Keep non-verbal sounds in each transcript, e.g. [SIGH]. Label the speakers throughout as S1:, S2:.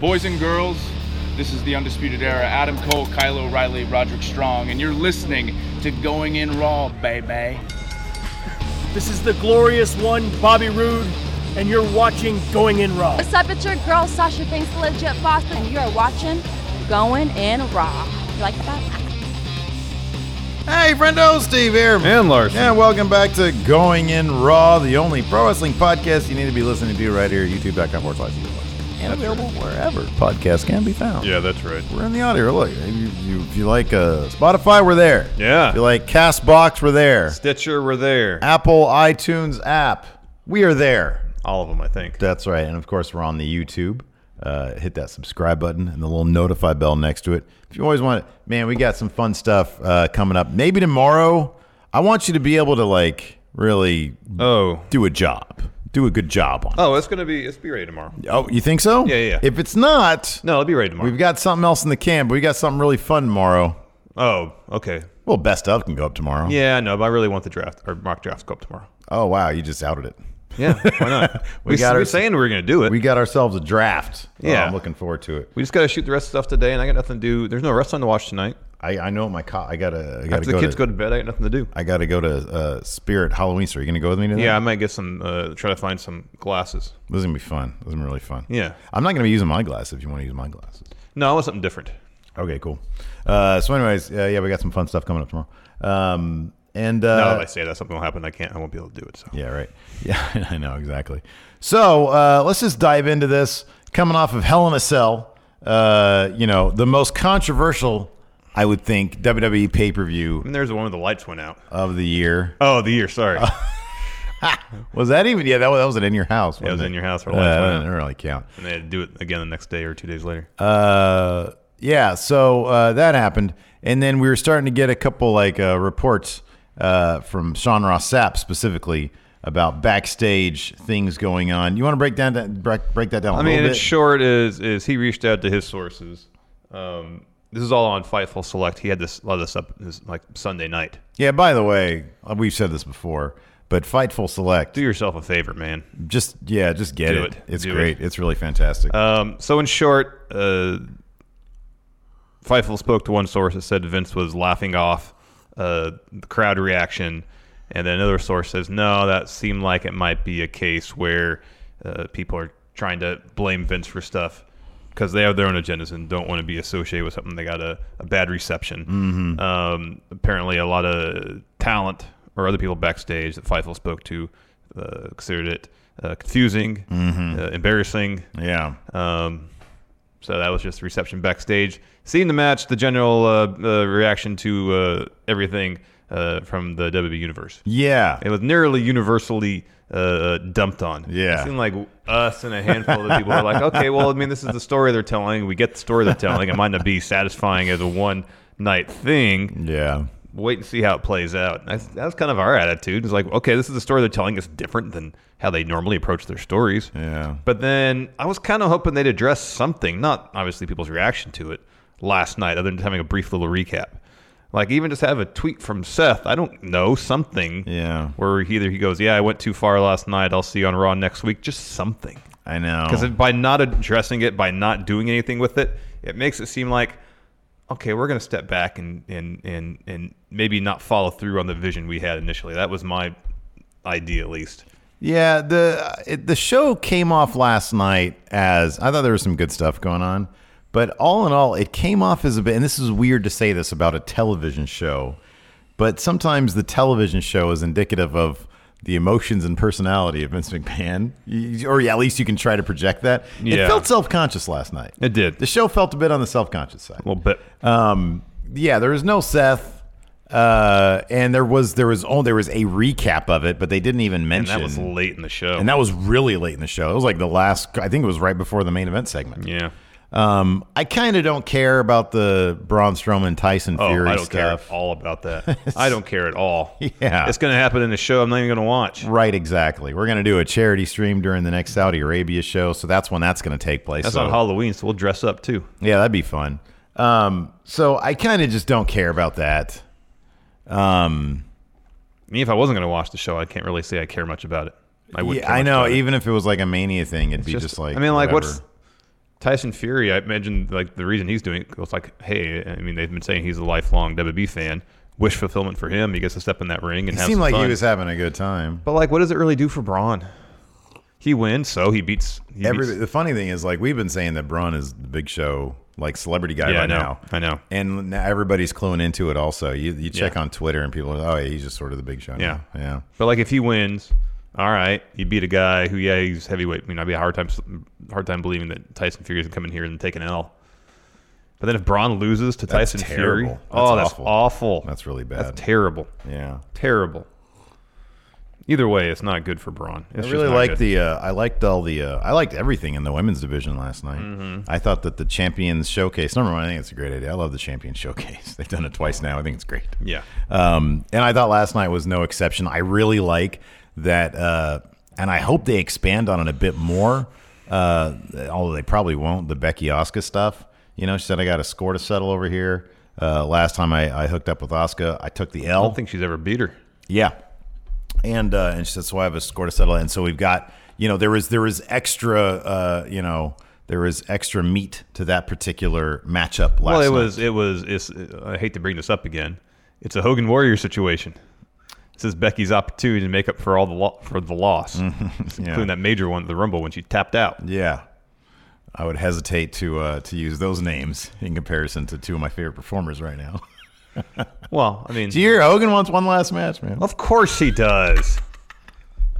S1: Boys and girls, this is the Undisputed Era. Adam Cole, Kyle O'Reilly, Roderick Strong, and you're listening to Going In Raw, baby.
S2: This is the glorious one, Bobby Roode, and you're watching Going In Raw.
S3: What's up, it's your girl Sasha Banks, the legit boss, and you are watching Going in Raw. You like that?
S4: Hey, friendo, Steve here.
S5: And Larson.
S4: And welcome back to Going In Raw, the only pro wrestling podcast you need to be listening to right here at youtube.com forward slash YouTube Live. And available wherever podcasts can be found.
S5: Yeah, that's right.
S4: We're in the audio. Look, if you, you- if you like uh, Spotify, we're there.
S5: Yeah.
S4: If you like Castbox, we're there.
S5: Stitcher, we're there.
S4: Apple iTunes app, we are there.
S5: All of them, I think.
S4: That's right. And of course, we're on the YouTube. Uh, hit that subscribe button and the little notify bell next to it. If you always want, man, we got some fun stuff uh, coming up. Maybe tomorrow. I want you to be able to like really
S5: Oh.
S4: do a job, do a good job on. it.
S5: Oh, it's gonna be it's be ready tomorrow.
S4: Oh, you think so?
S5: Yeah, yeah, yeah.
S4: If it's not,
S5: No, it'll be ready tomorrow.
S4: we've got something else in the can. But we got something really fun tomorrow.
S5: oh, okay.
S4: Well, best of can go up tomorrow.
S5: Yeah, I know, but I really want the draft or mock draft to go up tomorrow.
S4: Oh wow, you just outed it.
S5: Yeah, why not? [LAUGHS] we
S4: got
S5: got
S4: our-
S5: we're saying we we're gonna do it.
S4: We
S5: We,
S4: got ourselves a draft. Oh,
S5: Yeah.
S4: I'm looking forward to it.
S5: just gotta shoot the rest of stuff today, and I got nothing to do. There's no wrestling to watch tonight.
S4: I, I know my co- I gotta. I gotta
S5: After the
S4: go
S5: kids
S4: to,
S5: go to bed, I got nothing to do.
S4: I got to go to uh, Spirit Halloween. So are you going to go with me to that?
S5: Yeah, I might get some. Uh, try to find some glasses.
S4: This is going to be fun. This is gonna be really fun.
S5: Yeah.
S4: I'm not going to be using my glasses if you want to use my glasses.
S5: No, I want something different.
S4: Okay, cool. Uh, so, anyways, uh, yeah, we got some fun stuff coming up tomorrow. Um, and uh,
S5: Now that I say that, something will happen. I can't. I won't be able to do it. So
S4: Yeah, right. [LAUGHS] Yeah, I know exactly. So uh, let's just dive into this. Coming off of Hell in a Cell, uh, you know, the most controversial, I would think, WWE pay per view
S5: And there's the one where the lights went out.
S4: of the year.
S5: Oh, the year. Sorry.
S4: Uh, Was that even? Yeah, that was, that was an in your house.
S5: it was
S4: wasn't
S5: in your house for a
S4: Uh,
S5: long time.
S4: I didn't really count.
S5: and they had to do it again the next day or two days later.
S4: Uh, yeah, so uh, that happened, and then we were starting to get a couple like uh, reports uh, from Sean Ross Sapp specifically about backstage things going on. You want to break down that break, break that down? a
S5: I mean,
S4: little
S5: in
S4: bit?
S5: short, is is he reached out to his sources. Um, this is all on Fightful Select. He had this a lot of this up this, like Sunday night.
S4: Yeah. By the way, uh, we've said this before, but Fightful Select,
S5: Do yourself a favor, man.
S4: just yeah, just get
S5: Do
S4: it.
S5: it.
S4: It's
S5: Do
S4: great. It's really fantastic.
S5: Um, so in short, uh, Fightful spoke to one source that said Vince was laughing off uh, the crowd reaction, and then another source says no, that seemed like it might be a case where uh, people are trying to blame Vince for stuff because they have their own agendas and don't want to be associated with something they got a, a bad reception. Um, apparently, a lot of talent or other people backstage that Fightful spoke to uh, considered it. Uh, confusing, uh, embarrassing,
S4: yeah.
S5: um, so that was just the reception backstage. Seeing the match, the general uh, uh, reaction to uh, everything uh, from the WWE universe.
S4: Yeah.
S5: It was nearly universally uh, dumped on.
S4: Yeah.
S5: It seemed like us and a handful of people were like, [LAUGHS] okay, well, I mean, this is the story they're telling. We get the story they're telling. It might not be satisfying as a one night thing.
S4: yeah.
S5: Wait and see how it plays out. That's, that was kind of our attitude. It's like, okay, this is the story they're telling. It's different than how they normally approach their stories.
S4: Yeah.
S5: But then I was kind of hoping they'd address something, not obviously people's reaction to it last night, other than having a brief little recap. Like even just have a tweet from Seth, I don't know, something.
S4: Yeah.
S5: Where he- either he goes, Yeah, I went too far last night, I'll see you on Raw next week. Just something.
S4: I know.
S5: Because by not addressing it, by not doing anything with it, it makes it seem like okay, we're gonna step back and and and and maybe not follow through on the vision we had initially. That was my idea at least.
S4: Yeah, the uh, it, the show came off last night as I thought there was some good stuff going on, but all in all, it came off as a bit. And this is weird to say this about a television show, but sometimes the television show is indicative of the emotions and personality of Vince McMahon, You- or at least you can try to project that. It
S5: Yeah.
S4: felt self conscious last night.
S5: It did.
S4: The show felt a bit on the self conscious side.
S5: A little bit.
S4: Um, yeah, there was no Seth, uh, and there was there was oh there was a recap of it, but they didn't even
S5: And
S4: mention
S5: that was late in the show.
S4: and that was really late in the show. It was like the last. I think it was right before the main event segment.
S5: Yeah.
S4: Um, I kind of don't care about the Braun Strowman Tyson
S5: Oh,
S4: Fury
S5: I don't care at
S4: stuff.
S5: all about that. I don't care at all.
S4: [LAUGHS] Yeah.
S5: It's going to happen in the show I'm not even going to watch.
S4: Right, exactly. We're gonna do a charity stream during the next Saudi Arabia show, so that's when that's gonna take place.
S5: That's
S4: so,
S5: on Halloween, so we'll dress up too.
S4: Yeah, that'd be fun. Um, so I kind of just don't care about that. Um,
S5: I mean, if I wasn't going to watch the show, I can't really say I care much about it. I would.
S4: yeah, I know. Even if it was like a mania thing, it'd be
S5: just,
S4: just, like
S5: I mean, like
S4: whatever.
S5: what's Tyson Fury, I imagine like the reason he's doing it was like, hey, I mean, they've been saying he's a lifelong WWE fan. Wish fulfillment for him. He gets to step in that ring and
S4: It
S5: have
S4: seemed
S5: some
S4: like he
S5: fun.
S4: was having a good time.
S5: But like, what does it really do for Braun? He wins, so he beats. He
S4: Every,
S5: beats-
S4: the funny thing is, like we've been saying that Braun is the big show, like celebrity guy
S5: Yeah, I
S4: right
S5: know.
S4: now.
S5: I know.
S4: and now everybody's cluing into it. Also, you you check
S5: Yeah.
S4: on Twitter and people are, oh, yeah, he's just sort of the big show.
S5: Yeah.
S4: now. yeah.
S5: but like, if he wins, all right, you beat a guy who, yeah, he's heavyweight. I mean, I'd be a hard time, hard time believing that Tyson Fury is coming here and take an L. But then if Braun loses to
S4: That's
S5: Tyson Fury,
S4: terrible.
S5: oh,
S4: That's
S5: that's
S4: awful.
S5: awful.
S4: That's really bad.
S5: That's terrible.
S4: yeah.
S5: Terrible. Either way, it's not good for Braun.
S4: I
S5: It's just
S4: really
S5: not
S4: liked
S5: good.
S4: the. Uh, I liked all the. Uh, I liked everything in the women's division last night.
S5: Mm-hmm.
S4: I thought that the champions showcase. Number one, I think it's a great idea. I love the champions showcase. [LAUGHS] They've done it twice now. I think it's great.
S5: Yeah.
S4: Um, and I thought last night was no exception. I really like that, uh, and I hope they expand on it a bit more. Uh, although they probably won't. The Becky Oscar stuff. You know, she said I got a score to settle over here. Uh, last time I, I hooked up with Oscar, I took the
S5: I
S4: L.
S5: don't think she's ever beat her.
S4: Yeah, and uh, and she said, "So I have a score to settle." And so we've got, you know, there was there was extra, uh, you know, there was extra meat to that particular matchup last
S5: Well, it
S4: night.
S5: was it was. It's, I hate to bring this up again. It's a Hogan Warrior situation. This is Becky's opportunity to make up for all the lo- for
S4: [LAUGHS]
S5: the loss, including that major one, at the Rumble, when she tapped out.
S4: Yeah. I would hesitate to uh, to use those names in comparison to two of my favorite performers right now. [LAUGHS]
S5: Well, I mean,
S4: Do you hear Hogan wants one last match, man?
S5: of course he does.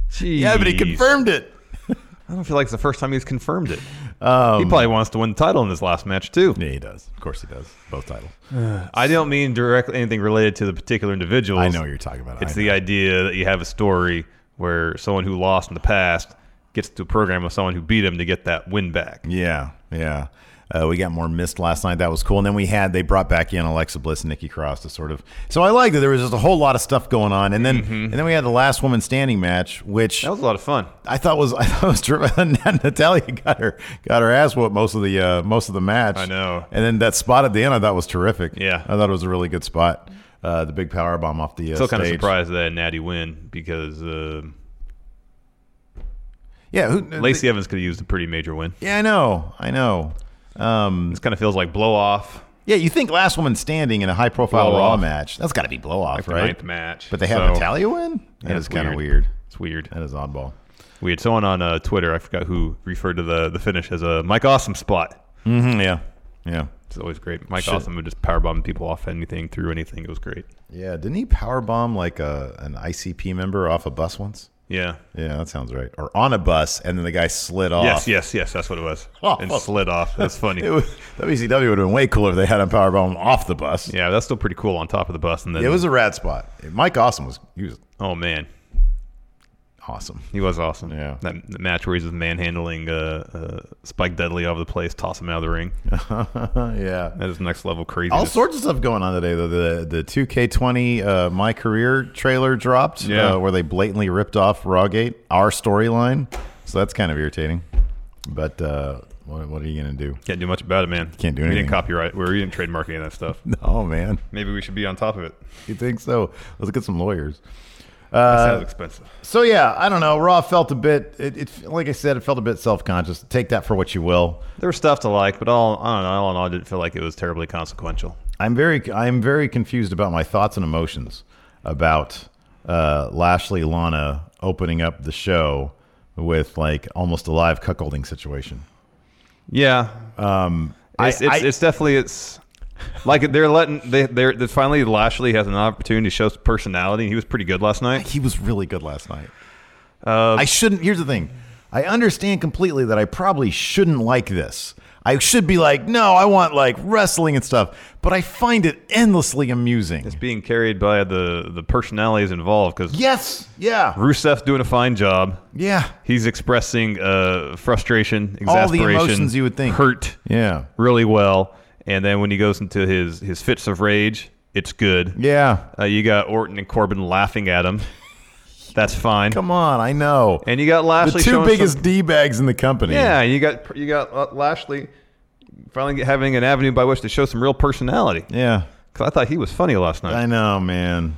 S5: Jeez.
S4: Oh, yeah, but he confirmed it.
S5: I don't feel like it's the first time he's confirmed it.
S4: Um,
S5: he probably wants to win the title in this last match too.
S4: Yeah, he does. Of course he does. Both titles.
S5: I don't mean directly anything related to the particular individuals.
S4: I know what you're talking about.
S5: It's
S4: I
S5: the
S4: know.
S5: idea that you have a story where someone who lost in the past gets to a program with someone who beat him to get that win back.
S4: Yeah, yeah. Uh, we got more missed last night. That was cool. And then we had they brought back in Alexa Bliss and Nikki Cross to sort of. So I like that there was just a whole lot of stuff going on. And then and then we had the last woman standing match, which
S5: That was a lot of fun.
S4: I thought was [LAUGHS] I thought was driven. [LAUGHS] Natalia got her got her ass whooped most of the uh, most of the match.
S5: I know.
S4: And then that spot at the end, I thought was terrific.
S5: Yeah.
S4: I thought it was a really good spot. Uh, the big power bomb off the uh,
S5: Still kind of
S4: stage.
S5: surprised that Natty win because uh,
S4: Yeah, who,
S5: Lacey Evans could have used a pretty major win.
S4: Yeah, I know, I know. Um,
S5: This kind of feels like blow off,
S4: yeah, you think last woman standing in a high profile
S5: Blow
S4: Raw
S5: off.
S4: match? That's got to be blow off,
S5: like the
S4: right?
S5: ninth match.
S4: But they had
S5: So,
S4: Natalia win. That
S5: yeah,
S4: is
S5: it's
S4: kind of weird.
S5: It's weird.
S4: That is oddball.
S5: We had someone on uh, Twitter, I forgot who, referred to the, the finish as a Mike Awesome spot.
S4: Mm-hmm, yeah, yeah,
S5: It's always great. Mike
S4: Shit.
S5: Awesome would just powerbomb people off anything, through anything. It was great.
S4: yeah. Didn't he power bomb like a, an ICP member off a bus once?
S5: Yeah.
S4: Yeah, that sounds right. Or on a bus, and then the guy slid off.
S5: Yes, yes, yes. That's what it was.
S4: Off.
S5: And slid off. That's funny.
S4: [LAUGHS] It was, WCW would have been way cooler if they had him powerbomb off the bus.
S5: Yeah, that's still pretty cool on top of the bus. And then
S4: It was a rad spot. Mike Awesome was he was
S5: oh man,
S4: awesome. [LAUGHS]
S5: he was awesome.
S4: Yeah.
S5: that the match where he's just manhandling uh, uh, Spike Dudley all over the place, toss him out of the ring.
S4: yeah.
S5: That is next level crazy.
S4: All sorts of stuff going on today. though. The the 2K20 uh, My Career trailer dropped
S5: Yeah.
S4: uh, where they blatantly ripped off Rawgate, our storyline. So that's kind of irritating. But uh, what, what are you going to do? [LAUGHS]
S5: Can't do much about it, man.
S4: Can't do
S5: We
S4: anything.
S5: didn't copyright. We didn't trademark any of that [LAUGHS] stuff.
S4: Oh, man.
S5: Maybe we should be on top of it.
S4: You think so? Let's get some lawyers.
S5: That sounds expensive.
S4: So yeah, I don't know. Raw felt a bit. It, it like I said, it felt a bit self-conscious. Take that for what you will.
S5: There was stuff to like, but all I don't know. All in all, I didn't feel like it was terribly consequential.
S4: I'm very, I'm very confused about my thoughts and emotions about uh, Lashley Lana opening up the show with like almost a live cuckolding situation.
S5: Yeah. Um, it's,
S4: I-
S5: it's,
S4: I-
S5: it's definitely it's like they're letting they they're, they finally Lashley has an opportunity to show some personality. He was pretty good last night.
S4: He was really good last night. I shouldn't. Here's the thing. I understand completely that I probably shouldn't like this. I should be like, no, I want like wrestling and stuff, but I find it endlessly amusing.
S5: It's being carried by the the personalities involved because
S4: Yes. Yeah.
S5: Rusev's doing a fine job.
S4: Yeah.
S5: He's expressing uh, frustration,
S4: All the
S5: exasperation,
S4: emotions you would think.
S5: hurt,
S4: Yeah.
S5: really well. And then when he goes into his his fits of rage, it's good.
S4: Yeah.
S5: Uh, you got Orton and Corbin laughing at him. [LAUGHS] That's fine.
S4: Come on, I know.
S5: And you got
S4: the
S5: Lashley.
S4: two
S5: showing some-
S4: biggest d bags in the company.
S5: Yeah, you got you got uh, Lashley finally get- having an avenue by which to show some real personality.
S4: Yeah.
S5: Because I thought he was funny last night.
S4: I know, man.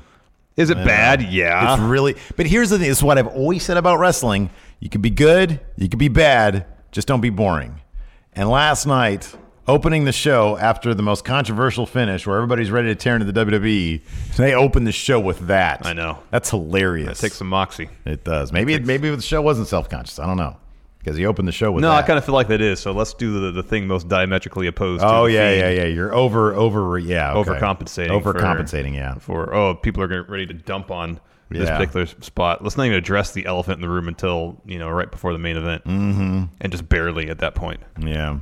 S5: Is it bad? Yeah.
S4: It's really. But here's the thing. It's what I've always said about wrestling. You could be good. You could be bad. Just don't be boring. And last night, opening the show after the most controversial finish where everybody's ready to tear into the WWE, they opened the show with that.
S5: I know.
S4: That's hilarious.
S5: Take some moxie.
S4: It does. Maybe it, maybe the show wasn't self conscious. I don't know because he opened the show with
S5: No,
S4: that.
S5: I kind of feel like that is. So let's do the, the thing most diametrically opposed. to
S4: Oh
S5: the
S4: yeah,
S5: Fiend
S4: yeah, yeah. You're over, over, yeah. okay.
S5: Overcompensating for-
S4: Overcompensating. yeah.
S5: For oh, people are getting ready to dump on this
S4: Yeah.
S5: particular spot. Let's not even address the elephant in the room until you know right before the main event, mm-hmm. and just barely at that point.
S4: Yeah.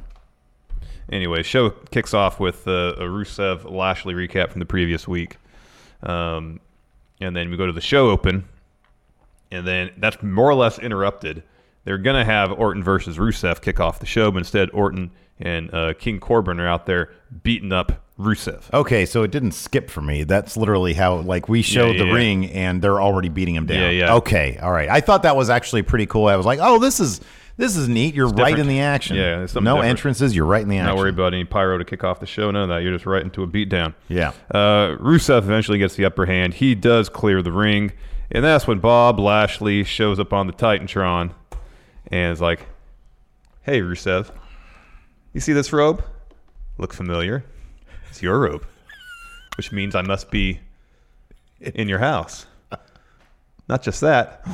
S5: Anyway, show kicks off with uh, a Rusev Lashley recap from the previous week, um, and then we go to the show open, and then that's more or less interrupted. They're gonna have Orton versus Rusev kick off the show, but instead Orton and uh, King Corbin are out there beating up Rusev.
S4: Okay, so it didn't skip for me. That's literally how like we showed
S5: yeah,
S4: the
S5: yeah.
S4: ring and they're already beating him down.
S5: Yeah, yeah.
S4: Okay, all right. I thought that was actually pretty cool. I was like, oh, this is this is neat. You're right in
S5: different.
S4: the action.
S5: Yeah, it's
S4: no
S5: something different.
S4: entrances. You're right in the action.
S5: Not worry about any pyro to kick off the show. None of that. You're just right into a beatdown.
S4: Yeah.
S5: Uh, Rusev eventually gets the upper hand. He does clear the ring, and that's when Bob Lashley shows up on the Titantron, and is like, "Hey, Rusev, you see this robe? Look familiar? It's your robe, which means I must be in your house. Not just that."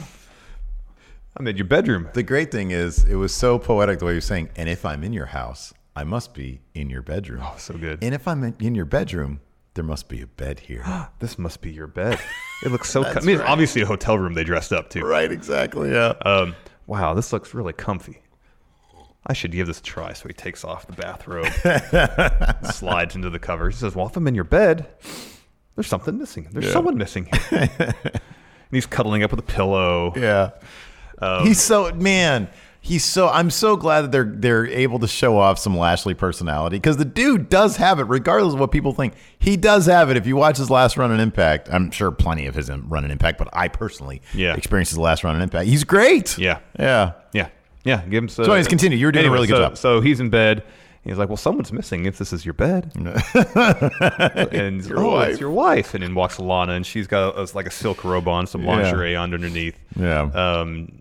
S5: I'm in your bedroom.
S4: the great thing is, it was so poetic the way you're saying. And if I'm in your house, I must be in your bedroom. Oh,
S5: so good.
S4: And if I'm in- in your bedroom, there must be a bed [GASPS] here.
S5: This must be your bed. It
S4: [LAUGHS]
S5: looks so. Com- I mean, it's obviously a hotel room they dressed up to.
S4: right. Exactly. Yeah.
S5: Um, wow, this looks really comfy. I should give this a try. So he takes off the
S4: [LAUGHS]
S5: bathrobe, slides into the covers. He says, Well, if I'm in your bed, there's something missing. There's someone missing here.
S4: [LAUGHS]
S5: and he's cuddling up with a pillow.
S4: Yeah.
S5: Um,
S4: he's so man. He's so. I'm so glad that they're they're able to show off some Lashley personality because the dude does have it, regardless of what people think. He does have it. If you watch his last run in Impact, I'm sure plenty of his run in Impact, but I personally
S5: Yeah.
S4: experienced his last run in Impact. He's great.
S5: Yeah.
S4: Yeah.
S5: Yeah. Yeah. Give him some.
S4: So anyways, continue. You were doing a really good
S5: so,
S4: job.
S5: So he's in bed. He's like, Well, someone's missing if this is
S4: [LAUGHS]
S5: your bed. and he's, oh,
S4: wife."
S5: it's your wife. And then walks Lana, and she's got a, like a silk robe on, some lingerie on underneath.
S4: Yeah.
S5: Um,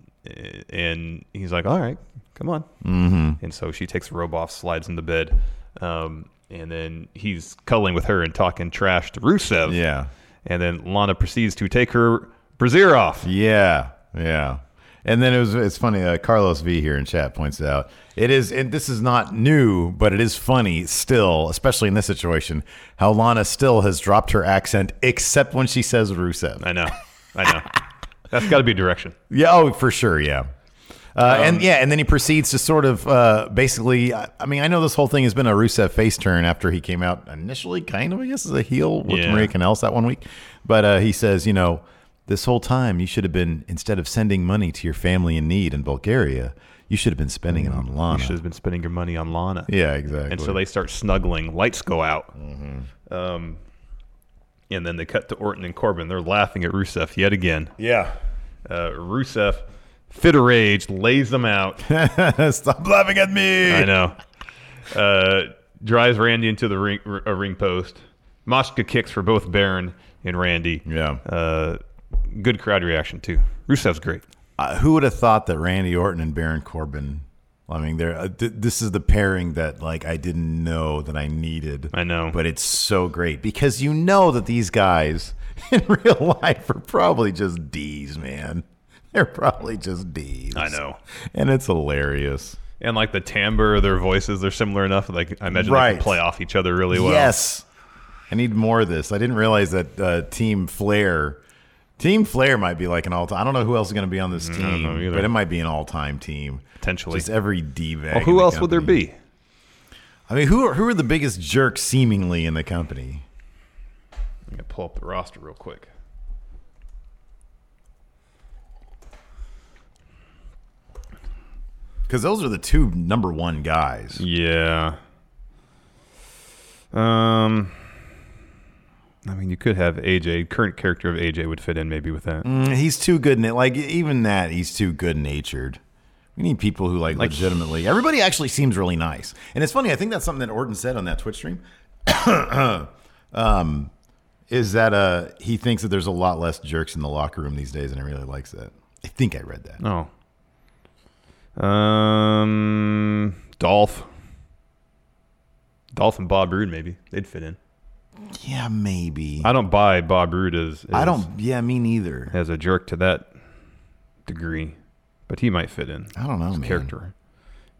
S5: and he's like, "All right, come on." Mm-hmm. And so she takes the robe off, slides into bed, um, and then he's cuddling with her and talking trash to Rusev.
S4: Yeah.
S5: And then Lana proceeds to take her brazier off.
S4: Yeah, yeah. And then it was it's funny. Uh, Carlos V here in chat points out it is, and this is not new, but it is funny still, especially in this situation, how Lana still has dropped her accent except when she says Rusev.
S5: I know, I know. That's got to be direction.
S4: Yeah, oh for sure, yeah. Uh,
S5: Um,
S4: and yeah, and then he proceeds to sort of uh, basically. I, I mean, I know this whole thing has been a Rusev face turn after he came out initially, kind of, I guess, as a heel with
S5: Yeah.
S4: Maria Canales that one week. But uh, he says, you know, this whole time you should have been, instead of sending money to your family in need in Bulgaria, you should have been spending it on
S5: Mm, You should
S4: Lana.
S5: have been spending your money on Lana.
S4: Yeah, exactly.
S5: And so they start snuggling. Lights go out.
S4: Mm-hmm.
S5: Um, and then they cut to Orton and Corbin. They're laughing at Rusev yet again.
S4: yeah.
S5: Uh, Rusev, fit of rage, lays
S4: [LAUGHS]
S5: them out.
S4: [LAUGHS] Stop laughing at me.
S5: I know. Uh, drives Randy into the ring, r- a ring post. Moshka kicks for both Baron and Randy.
S4: Yeah.
S5: Uh, good crowd reaction too. Rusev's great.
S4: Uh, who would have thought that Randy Orton and Baron Corbin? I mean, they're, uh, th- this is the pairing that like I didn't know that I needed.
S5: I know.
S4: but it's so great because you know that these guys [LAUGHS] in real life are probably just D's, man. They're probably just D's.
S5: I know.
S4: and it's hilarious.
S5: And like the timbre of their voices, they're similar enough. Like I imagine they
S4: Right.
S5: can play off each other really well.
S4: Yes, I need more of this. I didn't realize that uh, Team Flair. Team Flair might be like an all-time. I don't know who else is going to be on this
S5: Mm, know
S4: team,
S5: either.
S4: but it might be an all-time team.
S5: Potentially.
S4: just every D bag.
S5: Well, who else would there be?
S4: I mean, who are who are the biggest jerks seemingly in the company?
S5: I'm gonna pull up the roster real quick.
S4: Because those are the two number one guys.
S5: Yeah. Um. I mean, you could have AJ. Current character of AJ would fit in maybe with that.
S4: Mm, He's too good in it. Like even that, he's too good natured. We need people who like, legitimately. Everybody actually seems really nice, and it's funny. I think that's something that Orton said on that Twitch stream. [COUGHS] um, is that uh he thinks that there's a lot less jerks in the locker room these days, and he really likes that. I think I read that.
S5: Oh. Um. Dolph. Dolph and Bob Roode, maybe they'd fit in.
S4: Yeah, maybe.
S5: I don't buy Bob Roode as, as
S4: I don't. Yeah, me neither.
S5: as a jerk to that degree, but he might fit in.
S4: I don't know,
S5: His
S4: man.
S5: character.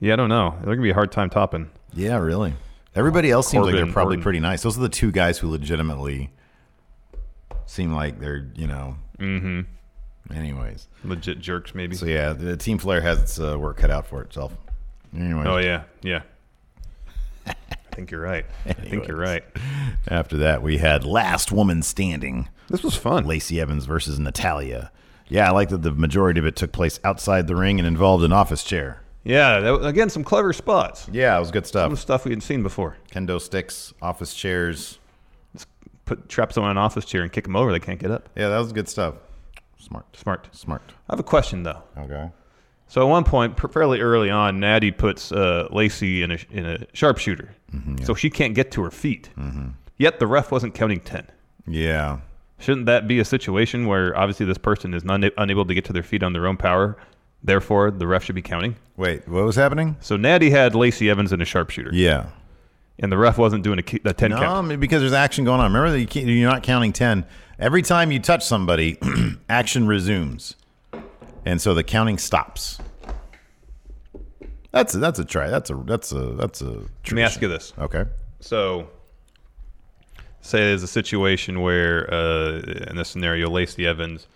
S5: Yeah, I don't know. They're gonna be a hard time topping.
S4: Yeah, really. Everybody else seems like
S5: Corbin,
S4: they're probably
S5: Orton.
S4: pretty nice. Those are the two guys who legitimately seem like they're you know. Mm-hmm. Anyways,
S5: Legit jerks, maybe.
S4: so yeah, the Team Flair has its uh, work cut out for itself. Anyways,
S5: Oh yeah, yeah. [LAUGHS] I think you're right. I think you're right.
S4: after that we had Last Woman Standing.
S5: This was fun.
S4: Lacey Evans versus Natalia. Yeah, I like that the majority of it took place outside the ring and involved an office chair.
S5: Yeah, that, was- again, some clever spots.
S4: Yeah, it was good
S5: Some
S4: stuff.
S5: stuff we hadn't seen before.
S4: Kendo sticks, office chairs.
S5: Put trap someone in an office chair and kick them over; they can't get up.
S4: Yeah, that was good stuff. Smart.
S5: Smart.
S4: Smart.
S5: I have a question though.
S4: Okay.
S5: So at one point, pr- fairly early on, Natty puts uh, Lacey in a in a sharpshooter, so she can't get to her feet. Yet the ref wasn't counting ten.
S4: Yeah.
S5: Shouldn't that be a situation where obviously this person is not unable to get to their feet on their own power? Therefore, the ref should be counting.
S4: Wait, what was happening?
S5: So Natty had Lacey Evans in a sharpshooter,
S4: Yeah.
S5: and the ref wasn't doing a, ki- a ten
S4: No,
S5: count.
S4: I mean, because there's action going on. Remember that you can't, you're not counting 10. Every time you touch somebody, [CLEARS THROAT] action resumes. And so the counting stops. That's a, that's a try. That's a that's a that's a
S5: Let me ask you this.
S4: Okay.
S5: So, say there's a situation where, uh, in this scenario, Lacey Evans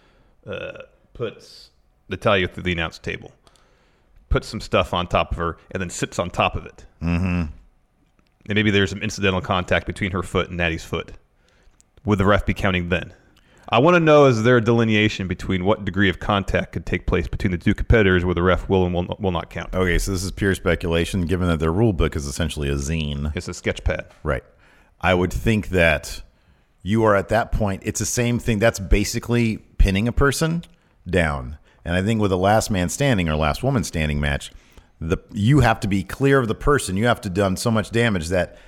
S5: uh, puts Natalia through the announce table, puts some stuff on top of her, and then sits on top of it. Mm-hmm. And maybe there's some incidental contact between her foot and Natty's foot. Would the ref be counting then? I want to know is there a delineation between what degree of contact could take place between the two competitors where the ref will and will not, will not count?
S4: Okay, so this is pure speculation, given that their rule book is essentially a zine.
S5: It's a sketch pad.
S4: Right. I would think that you are at that point, it's the same thing. That's basically pinning a person down. And I think with a last man standing or last woman standing match, the you have to be clear of the person. You have to done so much damage that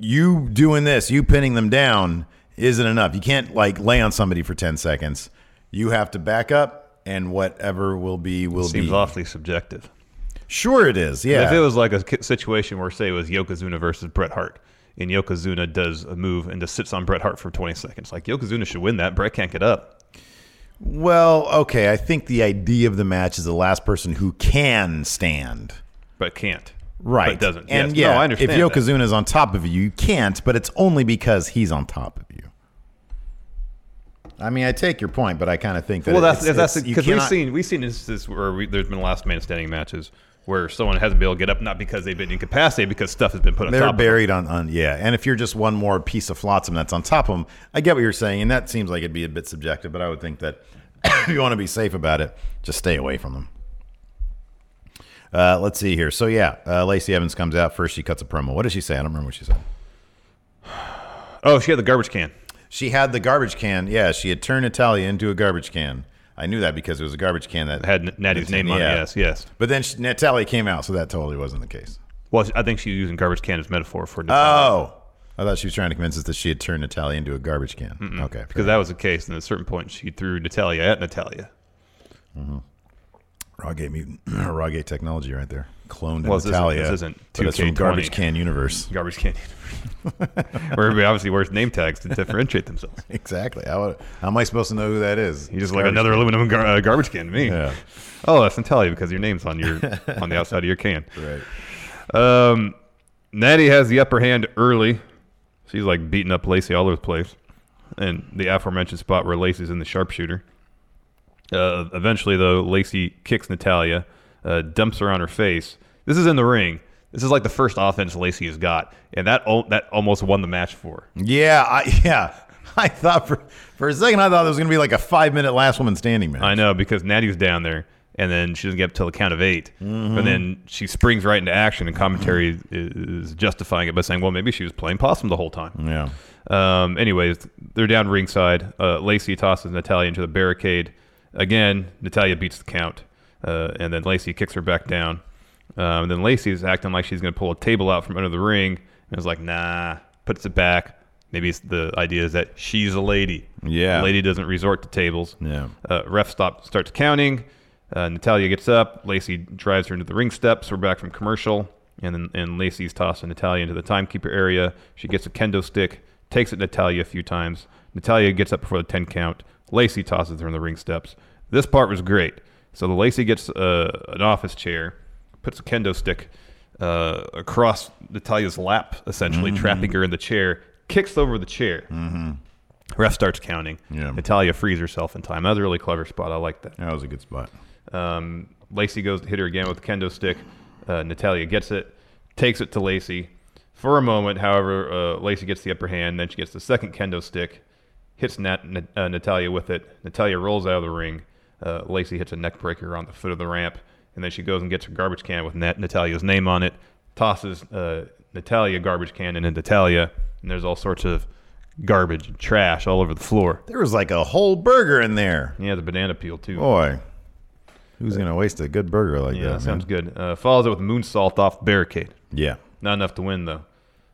S4: you doing this, you pinning them down isn't enough. You can't like lay on somebody for 10 seconds. You have to back up and whatever will be will
S5: Seems
S4: be.
S5: awfully subjective.
S4: Sure it is. Yeah.
S5: If it was like a ki- situation where, say, it was Yokozuna versus Bret Hart, and Yokozuna does a move and just sits on Bret Hart for 20 seconds, like Yokozuna should win that. Bret can't get up.
S4: Well, okay. I think the idea of the match is the last person who can stand.
S5: Bret can't.
S4: Right.
S5: But doesn't.
S4: And
S5: yes.
S4: yeah,
S5: no, I understand.
S4: if
S5: that.
S4: Yokozuna is on top of you, you can't, but it's only because he's on top of you. I mean, I take your point, but I kind of think that
S5: well, that's
S4: it's-
S5: that's
S4: it's- you
S5: because we've
S4: cannot-
S5: seen we've seen instances where we, there's been last man standing matches where someone hasn't been able to get up, not because they've been incapacitated, because stuff has been put on
S4: they're
S5: top. of them.
S4: buried on, on yeah. And if you're just one more piece of flotsam that's on top of them, I get what you're saying, and that seems like it'd be a bit subjective, but I would think that [COUGHS] if you want to be safe about it, just stay away from them. Uh, let's see here. So yeah, uh, Lacey Evans comes out first. She cuts a promo. What does she say? I don't remember what she said.
S5: Oh, she had the garbage can.
S4: She had the garbage can. Yeah, she had turned Natalia into a garbage can. I knew that because it was a garbage can that
S5: It had N- Natty's name on it.
S4: Yeah.
S5: Yes, yes.
S4: But then she, Natalia came out, so that totally wasn't the case.
S5: Well, I think she was using garbage can as metaphor for
S4: Oh, I thought she was trying to convince us that she had turned Natalia into a garbage can. Okay,
S5: because that was the case. And at a certain point, she threw Natalia at Natalia.
S4: Rawgate mutant, [CLEARS THROAT] Rawgate technology, right there, cloned
S5: Well, this isn't-
S4: Natalia.
S5: this isn't
S4: but it's from
S5: 2K20.
S4: garbage can
S5: [LAUGHS]
S4: universe.
S5: garbage can where everybody obviously wears name tags to differentiate themselves.
S4: Exactly. How, how am I supposed to know who that is?
S5: You just like another aluminum gar- uh, garbage can to me.
S4: Yeah.
S5: Oh, that's Natalia because your name's on your on the outside of your can.
S4: Right.
S5: Um, Natty has the upper hand early. She's like beating up Lacey all over the place, and the aforementioned spot where Lacey's in the sharpshooter. Uh, eventually, though, Lacey kicks Natalia, uh, dumps her on her face. This is in the ring. This is like the first offense Lacey has got, and that al- that almost won the match for. her.
S4: Yeah. I, [LAUGHS] yeah. I thought for for a second I thought there was going to be like a five minute last woman standing match.
S5: I know because Natty's down there, and then she doesn't get up till the count of 8 but then she springs right into action, and commentary is justifying it by saying, "Well, maybe she was playing possum the whole time."
S4: Yeah.
S5: Um, anyways, they're down ringside. Uh, Lacey tosses Natalia into the barricade. Again, Natalia beats the count, uh, and then Lacey kicks her back down. Um, then Lacey is acting like she's going to pull a table out from under the ring, and is like, "Nah," puts it back. Maybe it's the idea is that she's a lady.
S4: Yeah.
S5: lady doesn't resort to tables.
S4: Yeah.
S5: Uh, ref stop starts counting. Uh, Natalia gets up. Lacey drives her into the ring steps. We're back from commercial. And then and Lacey's tossing Natalia into the timekeeper area. She gets a kendo stick, takes at Natalia a few times. Natalia gets up before the 10 count. Lacey tosses her in the ring steps. This part was great. So the Lacey gets uh, an office chair, puts a kendo stick uh, across Natalia's lap, essentially, trapping her in the chair, kicks over the chair. Ref starts counting.
S4: Yeah.
S5: Natalia frees herself in time. That was a really clever spot. I like that.
S4: That was a good spot.
S5: Um, Lacey goes to hit her again with the kendo stick. Uh, Natalia gets it, takes it to Lacey. For a moment, however, uh, Lacey gets the upper hand. Then she gets the second kendo stick, hits Nat- Nat- uh, Natalia with it. Natalia rolls out of the ring. Uh, Lacey hits a neck breaker on the foot of the ramp. And then she goes and gets a garbage can with Nat- Natalia's name on it, tosses uh, Natalia garbage can into Natalia. And there's all sorts of garbage and trash all over the floor.
S4: There was like a whole burger in there.
S5: Yeah, the banana peel, too.
S4: Boy, who's gonna waste a good burger like
S5: Oh, yeah,
S4: that?
S5: that sounds
S4: man?
S5: good. Uh, follows it with moonsault off the barricade.
S4: Yeah.
S5: Not enough to win though.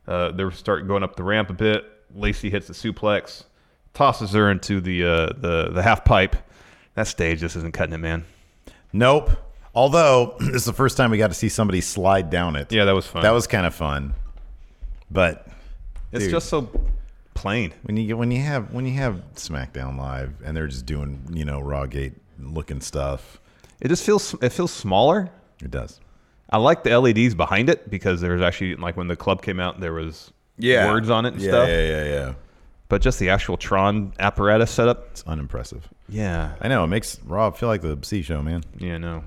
S5: Uh, they start going up the ramp a bit. Lacey hits the suplex, tosses her into the uh, the the half pipe. That stage just isn't cutting it, man.
S4: Nope. Although [CLEARS THROAT] this is the first time we got to see somebody slide down it.
S5: Yeah, that was fun.
S4: That was kind of fun. But
S5: It's
S4: dude.
S5: just so plain.
S4: when you get when you have when you have SmackDown Live and they're just doing you know Rawgate looking stuff,
S5: It just feels it feels smaller.
S4: it does.
S5: I like the LEDs behind it because there was actually like when the club came out, there was words on it and
S4: yeah,
S5: stuff.
S4: Yeah, yeah, yeah.
S5: But just the actual Tron apparatus setup.
S4: It's unimpressive.
S5: Yeah,
S4: I know it makes Raw feel like the C show, man.
S5: Yeah, no.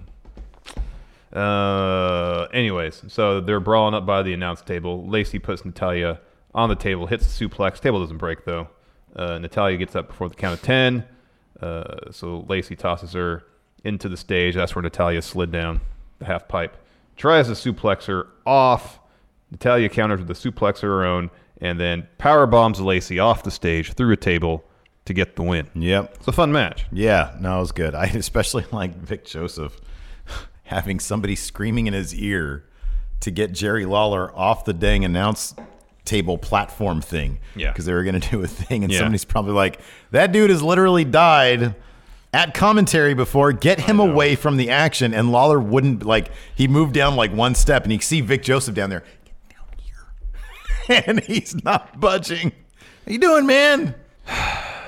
S5: Uh, anyways, so they're brawling up by the announce table. Lacey puts Natalia on the table, hits the suplex. Table doesn't break though. Uh, Natalia gets up before the count of ten. Uh, so Lacey tosses her into the stage. That's where Natalia slid down the half pipe. Tries to suplex her off. Natalia counters with a suplex of her own, and then power bombs Lacey off the stage through a table to get the win.
S4: Yep.
S5: It's a fun match.
S4: Yeah, no, it was good. [LAUGHS] I especially like Vic Joseph [LAUGHS] having somebody screaming in his ear to get Jerry Lawler off the dang announce table platform thing.
S5: Yeah.
S4: Because they were going to [LAUGHS] do a thing, and
S5: Yeah.
S4: somebody's probably like, that dude has literally died at commentary before. Get him away from the action. And Lawler wouldn't, like, he moved down like one step, and you see Vic Joseph down there. Get down here. [LAUGHS] and he's not budging. How you doing, man? [SIGHS]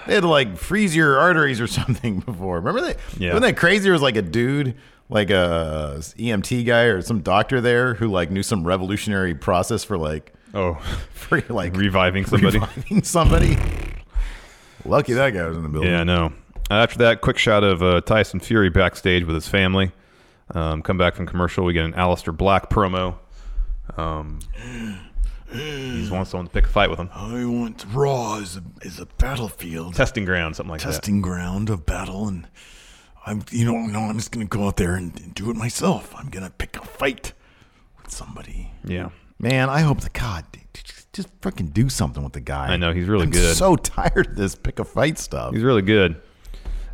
S4: they had to like freeze your arteries or [LAUGHS] something before. Remember that?
S5: Yeah.
S4: Wasn't that crazy? There was like a dude, like a EMT guy or some doctor there who like knew some revolutionary process for like [LAUGHS]
S5: Oh,
S4: for like
S5: [LAUGHS] reviving somebody.
S4: reviving somebody. Lucky that guy was in the building.
S5: Yeah, I know. After that, quick shot of uh, Tyson Fury backstage with his family. Um, come back from commercial, we get an Alistair Black promo. Um, he just wants someone to pick a fight with him.
S4: Oh,
S6: I want Raw as a, as a battlefield,
S5: Testing ground, something like
S6: testing ground of battle, and I'm you know no, I'm just gonna go out there and, and do it myself. I'm gonna pick a fight with somebody.
S5: that. Yeah.
S4: Man, I hope the God d- d- just fucking do something with the guy.
S5: I know, he's really
S4: I'm
S5: good.
S4: So [LAUGHS] tired of this pick a fight stuff.
S5: He's really good.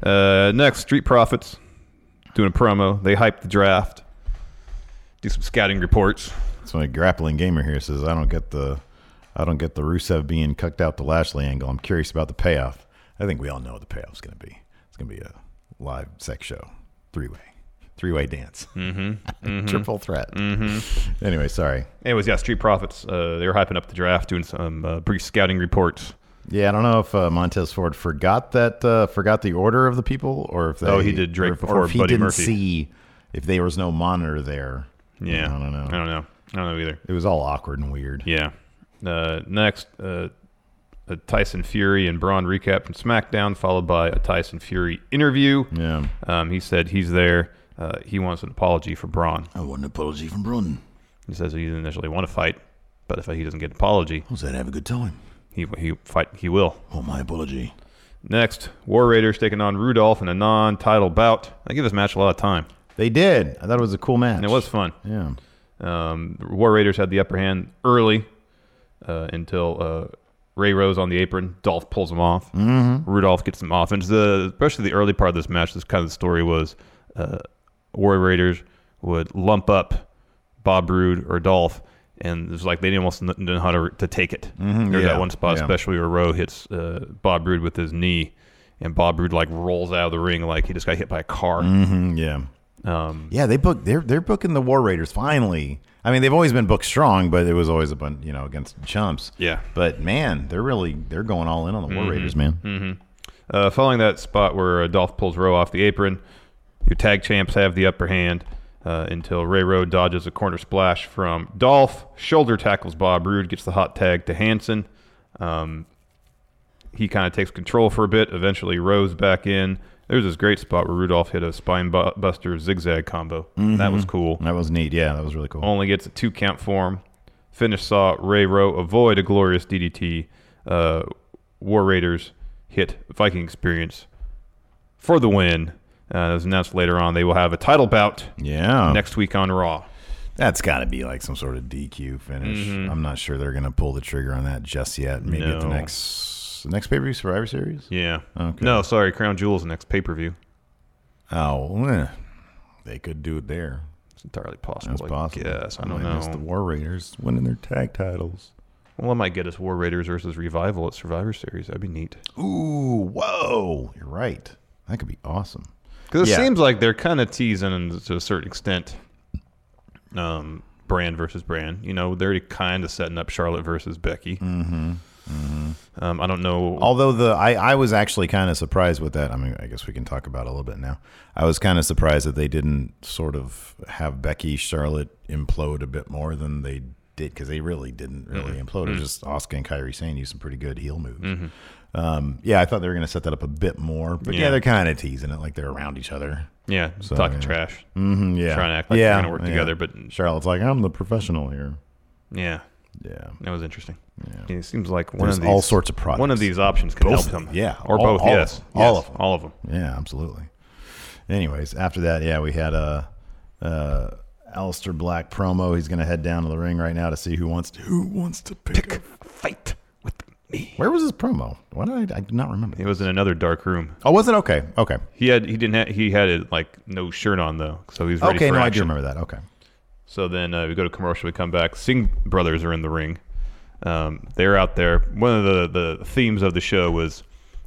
S5: Uh, next, Street Profits doing a promo. They hype the draft, do some scouting reports.
S4: That's my grappling gamer here says I don't get the I don't get the Rusev being cucked out to Lashley angle. I'm curious about the payoff. I think we all know what the payoff's gonna be. It's gonna be a live sex show. Three way. Three way dance. Mm-hmm. [LAUGHS] Triple threat. Mm-hmm. Anyway, sorry.
S5: Anyways, yeah, Street Profits. Uh, they were hyping up the draft, doing some uh, brief scouting reports.
S4: Yeah, I don't know if uh, Montez Ford forgot that uh, forgot the order of the people, or if they,
S5: Oh, he did Drake
S4: or if,
S5: before
S4: or if he
S5: Buddy
S4: didn't
S5: Murphy.
S4: see if there was no monitor there.
S5: Yeah.
S4: I don't know.
S5: I don't know. I don't know either.
S4: It was all awkward and weird.
S5: Yeah. Uh, next, uh, a Tyson Fury and Braun recap from SmackDown, followed by a Tyson Fury interview.
S4: Yeah.
S5: Um, he said he's there. Uh, he wants an apology for Braun.
S6: I want an apology from Brun.
S5: He says he doesn't initially want to fight, but if he doesn't get an apology,
S6: I said have a good time.
S5: he he fight he will.
S6: Oh my apology.
S5: Next, War Raiders taking on Rudolph in a non-title bout. I give this match a lot of time,
S4: They did. I thought it was a cool match.
S5: and it was fun.
S4: Yeah.
S5: Um, War Raiders had the upper hand early uh, until uh, Ray Rose on the apron. Dolph pulls him off. Mm-hmm. Rudolph gets him off. And it's the, especially the early part of this match, this kind of the story was uh, War Raiders would lump up Bob Roode or Dolph. And it was like they didn't almost kn- know how to, to take it. There's
S4: Mm-hmm. yeah,
S5: that one spot,
S4: yeah.
S5: especially where Rowe hits uh, Bob Roode
S4: Mm-hmm.
S5: with his knee, and Bob Roode like rolls out of the ring like he just got hit by a car.
S4: Mm, yeah.
S5: Um,
S4: Yeah, they book. They're they're booking the War Raiders finally. I mean, they've always been booked strong, but it was always a bunch, you know, against chumps.
S5: Yeah. Mm-hmm.
S4: But man, they're really they're going all in on the War Raiders, man.
S5: Uh, following that spot where uh, Dolph pulls Rowe off the apron, your tag champs have the upper hand uh, until Ray Rowe dodges a corner splash from Dolph. Shoulder tackles Bob Roode, gets the hot tag to Hanson. Um, he kind of takes control for a bit. Eventually, Rowe's back in. There's this great spot where Rudolph hit a spine bu- buster zigzag combo. That was cool.
S4: That was neat. Yeah, that was really cool.
S5: Only gets a two count form. Finish saw Ray Rowe avoid a glorious DDT. Uh, War Raiders hit Viking Experience for the win. Uh, it was announced later on they will have a title bout
S4: yeah.
S5: next week on Raw.
S4: That's got to be like some sort of DQ finish. I'm not sure they're going to pull the trigger on that just yet. Maybe at the
S5: Mm-hmm. No.
S4: next the next pay per view Survivor Series.
S5: Yeah.
S4: Okay.
S5: No, sorry, Crown Jewel's the next pay per view.
S4: Oh, well, eh, they could do it there.
S5: It's entirely possible.
S4: That's possible.
S5: Yes, I don't
S4: might miss
S5: know.
S4: The War Raiders winning their tag titles.
S5: well, I might get us War Raiders versus Revival at Survivor Series. That'd be neat.
S4: Ooh, whoa! You're right. That could be awesome.
S5: Because it
S4: Yeah.
S5: seems like they're kind of teasing, and to a certain extent, um, brand versus brand. You know, they're kind of setting up Charlotte versus Becky. Mm-hmm.
S4: Mm-hmm.
S5: Um, I don't know.
S4: Although the I, I was actually kind of surprised with that. I mean, I guess we can talk about it a little bit now. I was kind of surprised that they didn't sort of have Becky Charlotte implode a bit more than they did because they really didn't really
S5: Mm-hmm.
S4: implode. It was just Oscar and Kyrie Sane used some pretty good heel moves. Um, yeah, I thought they were going to set that up a bit more, but yeah,
S5: Yeah.
S4: they're kind of teasing it like they're around each other.
S5: yeah, just
S4: So,
S5: talking
S4: yeah.
S5: trash,
S4: Mm-hmm, yeah,
S5: trying to act like
S4: yeah,
S5: they're going to work
S4: yeah.
S5: together. But
S4: Charlotte's like, I'm the professional here.
S5: yeah,
S4: Yeah,
S5: that was interesting. Yeah, it seems like one
S4: There's
S5: of these,
S4: all sorts of products.
S5: One of these options can
S4: Both
S5: help
S4: of
S5: them.
S4: them, yeah.
S5: or
S4: All-
S5: both.
S4: all of
S5: yes,
S4: them. All of
S5: Yes.
S4: them.
S5: all of them.
S4: Yeah, absolutely. Anyways, after that, yeah, we had a uh, Alistair Black promo. He's going to head down to the ring right now to see who wants to.
S6: Who wants to pick, a
S5: Fight with me.
S4: Where was his promo? Why did I, I do not remember?
S5: It was in another dark room.
S4: Oh, was it okay? Okay,
S5: He had he didn't ha- he had it like no shirt on though, so he's ready
S4: okay.
S5: for
S4: No, I do
S5: action.
S4: remember that. Okay,
S5: So then uh, we go to commercial. We come back. Singh brothers are in the ring. Um, they're out there. One of the, the themes of the show was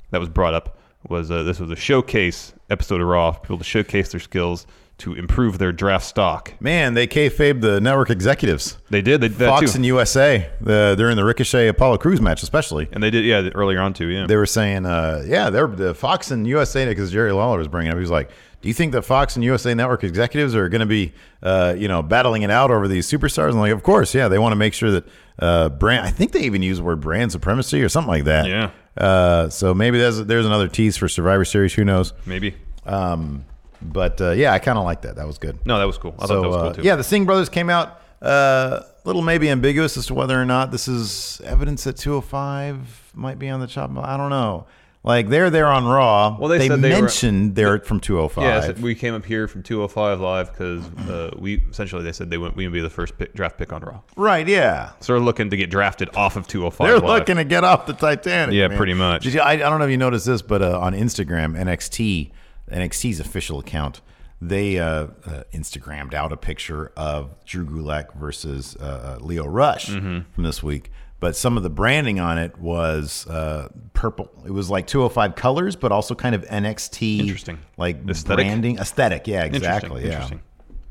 S5: that was brought up was uh, this was a showcase episode of Raw. for People to showcase their skills to improve their draft stock.
S4: man, they kayfabe the network executives,
S5: They did. They did that
S4: Fox
S5: too.
S4: and USA. The, they're in the Ricochet Apollo Cruz match, especially.
S5: and they did. Yeah, earlier on too. Yeah.
S4: They were saying, uh, yeah, they're the Fox and USA because Jerry Lawler was bringing it up. He was like, "Do you think the Fox and USA Network executives are going to be, uh, you know, battling it out over these superstars?" And I'm like, of course, yeah, they want to make sure that uh, brand. I think they even use the word brand supremacy or something like that.
S5: Yeah.
S4: Uh, so maybe there's there's another tease for Survivor Series. Who knows?
S5: Maybe.
S4: Um, but uh, yeah, I kind of like that. That was good.
S5: No, that was cool. I
S4: So
S5: thought that was cool
S4: uh,
S5: too.
S4: yeah, the Singh brothers came out uh, little maybe ambiguous as to whether or not this is evidence that 205 might be on the chop. I don't know. Like they're there on Raw.
S5: Well, they said they were-
S4: mentioned they're from
S5: Yeah,
S4: 205.
S5: so we came up here from 205 live because uh, we essentially they said they went we would be the first pick, draft pick on Raw.
S4: right? Yeah.
S5: So they're looking to get drafted off of 205.
S4: They're
S5: live.
S4: looking to get off the Titanic.
S5: Yeah,
S4: man.
S5: pretty much.
S4: Did you, I, I don't know if you noticed this, but uh, on Instagram, NXT, NXT's official account, they uh, uh, Instagrammed out a picture of Drew Gulak versus uh, uh, Leo Rush
S5: Mm-hmm.
S4: from this week. But some of the branding on it was uh, purple. It was like 205 colors, but also kind of NXT.
S5: Interesting.
S4: Like
S5: Aesthetic?
S4: branding aesthetic. Yeah, exactly. yeah.
S5: Interesting.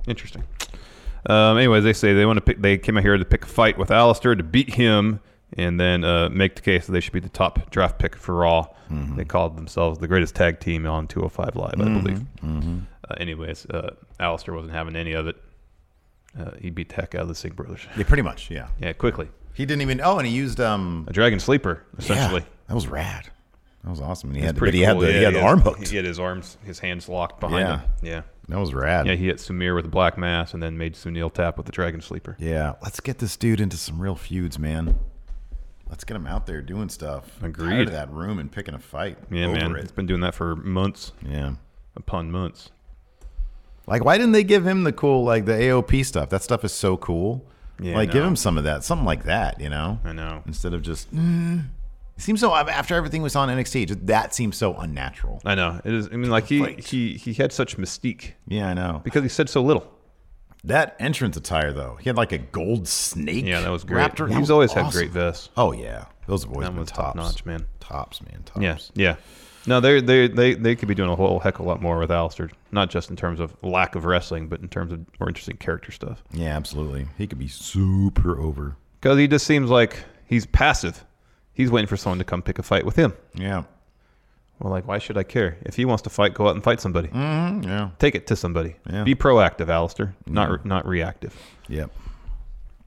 S5: Interesting. Um, anyways, they say they want to pick. They came out here to pick a fight with Alistair to beat him, and then uh, make the case that they should be the top draft pick for Raw.
S4: Mm-hmm.
S5: They called themselves the greatest tag team on 205 Live, I believe.
S4: Mm-hmm,
S5: Uh, anyways, uh, Alistair wasn't having any of it. Uh, he beat the heck out of the Singh brothers.
S4: Yeah, pretty much. Yeah.
S5: Yeah, quickly.
S4: He didn't even. Oh, and he used um.
S5: A dragon sleeper, essentially.
S4: Yeah, that was rad. That was awesome. And he had, but
S5: Pretty
S4: he had
S5: cool.
S4: the,
S5: Yeah,
S4: he had the arm hooked.
S5: He had his arms, his hands locked behind
S4: Yeah.
S5: him. Yeah.
S4: That was rad.
S5: Yeah, he hit Sumir with a black mass and then made Sunil tap with the dragon sleeper.
S4: Yeah, let's get this dude into some real feuds, man. Let's get him out there doing stuff.
S5: Agreed.
S4: Tired of that room and picking a fight.
S5: Yeah,
S4: over
S5: man. It. has
S4: It.
S5: been doing that for months
S4: Yeah.
S5: upon months.
S4: Like, why didn't they give him the cool, like the AOP stuff? That stuff is so cool.
S5: Yeah,
S4: like, give
S5: no.
S4: him some of that, something like that, you know?
S5: I know.
S4: Instead of just. "Mm." It seems so after everything was on NXT, just, that seems so unnatural.
S5: I know. It is. I mean, like he he he had such mystique
S4: Yeah, I know.
S5: because he said so little.
S4: That entrance attire, though, he had like a gold snake.
S5: Yeah, that was great.
S4: Raptor. That
S5: He's
S4: was
S5: always had
S4: awesome.
S5: great vests.
S4: Oh yeah, those have always
S5: That
S4: been
S5: was
S4: tops.
S5: top notch, man.
S4: Tops, man. Tops.
S5: Yeah, yeah. No, they they they they could be doing a whole heck of a lot more with Alistair. Not just in terms of lack of wrestling, but in terms of more interesting character stuff.
S4: Yeah, absolutely. He could be super over.
S5: Because he just seems like he's passive. He's waiting for someone to come pick a fight with him.
S4: Yeah.
S5: Well, like, why should I care? If he wants to fight, go out and fight somebody.
S4: Mm-hmm, Yeah.
S5: Take it to somebody.
S4: Yeah.
S5: Be proactive, Alistair. Not re- not reactive.
S4: Yep.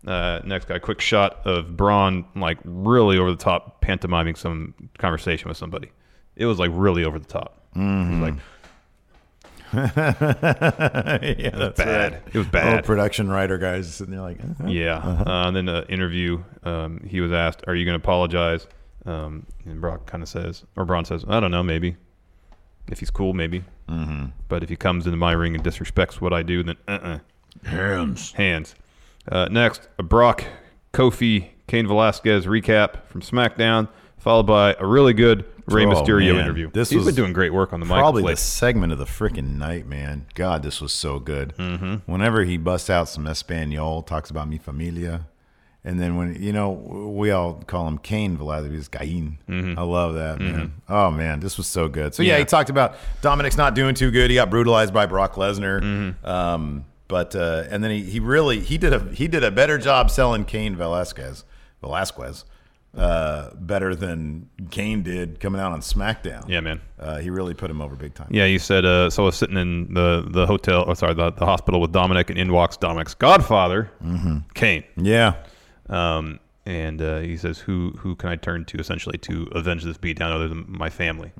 S4: [LAUGHS]
S5: Uh, next guy, quick shot of Braun, like really over the top, pantomiming some conversation with somebody. It was like really over the top. It was like
S4: yeah, that's
S5: bad.
S4: right.
S5: It was bad.
S4: Oh, production writer guys sitting there like, uh-huh.
S5: Yeah. Uh, and then an interview, um, he was asked, Are you going to apologize? Um, and Brock kind of says, or Braun says, I don't know, maybe. If he's cool, maybe. Mm-hmm. But if he comes into my ring and disrespects what I do, then uh uh
S6: Hands.
S5: Hands. Uh, next, a Brock, Kofi, Kane Velasquez recap from SmackDown, followed by a really good Rey
S4: Oh,
S5: Mysterio
S4: man.
S5: interview.
S4: This
S5: He's
S4: was
S5: been doing great work on the mic. of
S4: probably
S5: late.
S4: the segment of the freaking night, man. God, this was so good. Mm-hmm. Whenever he busts out some Espanol, talks about mi familia, and then when you know we all call him Cain Velasquez, Cain.
S5: Mm-hmm.
S4: I love that man. Oh man, this was so good. So yeah. he talked about Dominic's not doing too good. He got brutalized by Brock Lesnar.
S5: Mm-hmm.
S4: Um, but uh, and then he, he really he did a he did a better job selling Cain Velasquez Velasquez uh, better than Kane did coming out on SmackDown.
S5: Yeah, man.
S4: Uh, he really put him over big time.
S5: Yeah, you said uh, so. I was sitting in the the hotel, or sorry, the, the hospital with Dominic, and in walks Dominic's godfather,
S4: Mm-hmm.
S5: Kane,
S4: Yeah.
S5: um, and uh, he says, "Who who can I turn to essentially to avenge this beatdown other than my family?"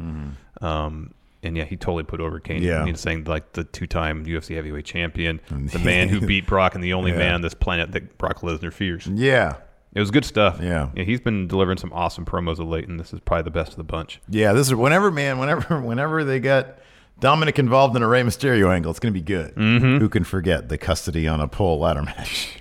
S5: Um, and yeah, he totally put over Kane.
S4: Mm-hmm. Yeah.
S5: I mean, saying like the two-time UFC heavyweight champion, the man
S4: [LAUGHS]
S5: who beat Brock, and the only man on this planet that Brock Lesnar fears.
S4: Yeah.
S5: It was good stuff.
S4: Yeah.
S5: he's been delivering some awesome promos of late, and this is probably the best of the bunch.
S4: Yeah. This is whenever, man, whenever, [LAUGHS] whenever they got Dominic involved in a Rey Mysterio angle, it's going to be good.
S5: Mm-hmm.
S4: Who can forget the custody on a pole ladder [LAUGHS] match?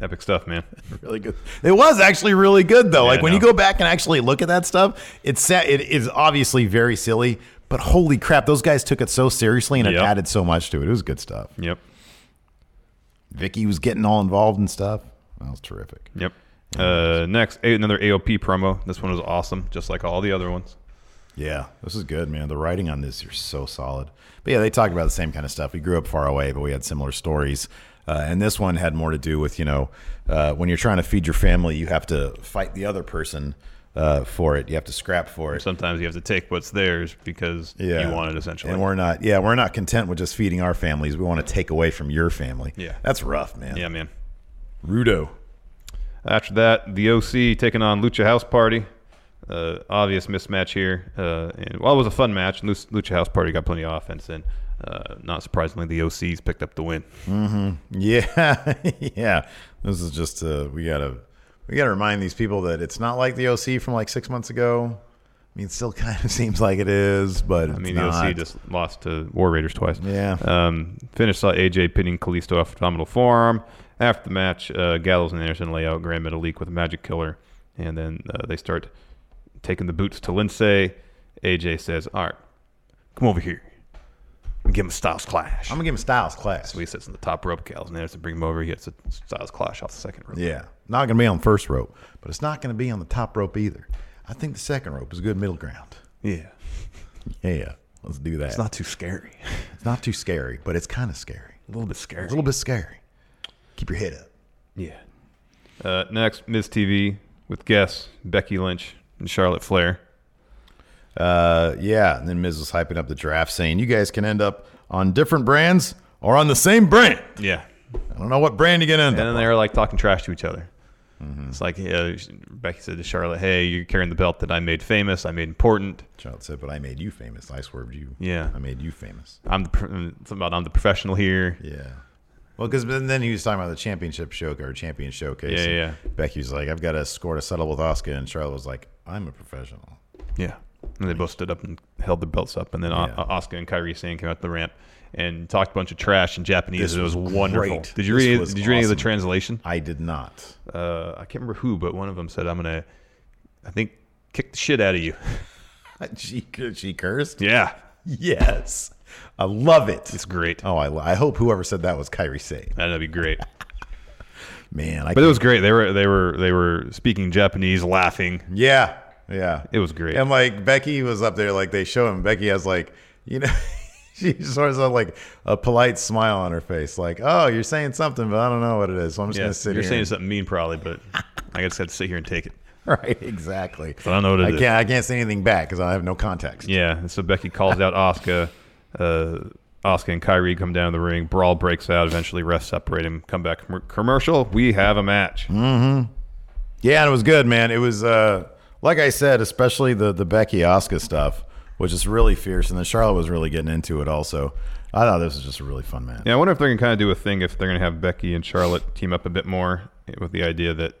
S5: Epic
S4: [LAUGHS]
S5: stuff, man.
S4: really good. It was actually really good though. like
S5: I
S4: when
S5: know.
S4: you go back and actually look at that stuff, it's sa- it is obviously very silly, but holy crap, those guys took it so seriously and it
S5: Yep.
S4: added so much to it. It was good stuff.
S5: Yep.
S4: Vicky was getting all involved and stuff. That was terrific.
S5: Yep. Uh, next, a- another AOP promo. This one was awesome, just like all the other ones.
S4: Yeah, this is good, man. The writing on this are so solid. But yeah, they talk about the same kind of stuff. We grew up far away, but we had similar stories. Uh, and this one had more to do with, you know, uh, when you're trying to feed your family, you have to fight the other person uh, for it. You have to scrap for it.
S5: Sometimes you have to take what's theirs because you want it essentially.
S4: And we're not, yeah, we're not content with just feeding our families. We want to take away from your family.
S5: Yeah.
S4: That's rough, man.
S5: yeah, man.
S4: Rudo.
S5: After that, the OC taking on Lucha House Party. Uh, obvious mismatch here. Uh, and while it was a fun match, Lu- Lucha House Party got plenty of offense, and uh, not surprisingly, the OCs picked up the win.
S4: Yeah, [LAUGHS] yeah. This is just uh, we gotta we gotta remind these people that it's not like the OC from like six months ago. I mean, it still [LAUGHS] kind of seems like it is, but
S5: I mean,
S4: it's not.
S5: the OC just lost to War Raiders twice.
S4: Yeah.
S5: Um, finish saw AJ pinning Kalisto off abdominal forearm. After the match, uh, Gallows and Anderson lay out Grand Metalik with a Magic Killer, and then uh, they start taking the boots to Lindsay. AJ says, "All right, come over here. and Give him a Styles Clash."
S4: I'm gonna give him Styles class.
S5: so he sits in the top rope. Gallows and Anderson bring him over. He gets a Styles Clash off the second rope.
S4: Yeah, not gonna be on first rope, but it's not gonna be on the top rope either. I think the second rope is a good middle ground.
S5: Yeah.
S4: [LAUGHS] Yeah, let's do that.
S5: It's not too scary. [LAUGHS]
S4: it's not too scary, but it's kind of scary.
S5: A little bit scary.
S4: A little bit scary. Keep your head up.
S5: Yeah. Uh, next, Ms. TV with guests Becky Lynch and Charlotte Flair.
S4: Uh, yeah, and then Miz was hyping up the draft, saying you guys can end up on different brands or on the same brand.
S5: Yeah.
S4: I don't know what brand you're gonna end
S5: And
S4: up.
S5: then they were like talking trash to each other.
S4: Mm-hmm.
S5: It's like uh, Becky said to Charlotte, "Hey, you're carrying the belt that I made famous. I made important.
S4: Charlotte said, "But I made you famous. I swerved you.
S5: Yeah.
S4: I made you famous.
S5: I'm the pro- something about I'm the professional here.
S4: Yeah. Well, because then he was talking about the championship show or champion showcase.
S5: Yeah,
S4: and
S5: yeah,
S4: Becky was like, "I've got to score to settle with Oscar," and Charlotte was like, "I'm a professional."
S5: Yeah." And they both stood up and held their belts up, and then
S4: Yeah.
S5: Oscar and Kyrie Sane came out the ramp and talked a bunch of trash in Japanese.
S4: This
S5: it was,
S4: was
S5: wonderful.
S4: great.
S5: Did you
S4: This
S5: read?
S4: was
S5: Did you read any of the
S4: awesome.
S5: translation?
S4: I did not. [LAUGHS]
S5: Uh, I can't remember who, but one of them said, "I'm gonna, I think, kick the shit out of you." [LAUGHS]
S4: she she cursed.
S5: yeah,
S4: Yes, I love it.
S5: it's great.
S4: Oh, I, lo- I hope whoever said that was Kyrie Sane.
S5: That'd be great.
S4: Man, I
S5: But it was great. They were they were they were speaking Japanese, laughing.
S4: yeah. Yeah.
S5: It was great.
S4: And like Becky was up there, like they show him. Becky has like, you know, [LAUGHS] she sort of has, like a polite smile on her face, like, oh, you're saying something, but I don't know what it is. So I'm just
S5: Yeah,
S4: gonna sit
S5: you're
S4: here. [LAUGHS]
S5: saying
S4: and-
S5: something mean, probably, but I just had to sit here and take it.
S4: right, exactly.
S5: I don't know what it
S4: I
S5: is.
S4: can't. I can't say anything back because I have no context.
S5: Yeah, and so Becky calls out Oscar. Uh, Oscar and Kyrie come down to the ring. Brawl breaks out. Eventually, refs separate him. Come back com- commercial. We have a match.
S4: Yeah, and it was good, man. It was uh like I said, especially the the Becky Oscar stuff was just really fierce, and then Charlotte was really getting into it also. I thought this was just a really fun match.
S5: Yeah, I wonder if they're gonna kind of do a thing if they're gonna have Becky and Charlotte team up a bit more with the idea that.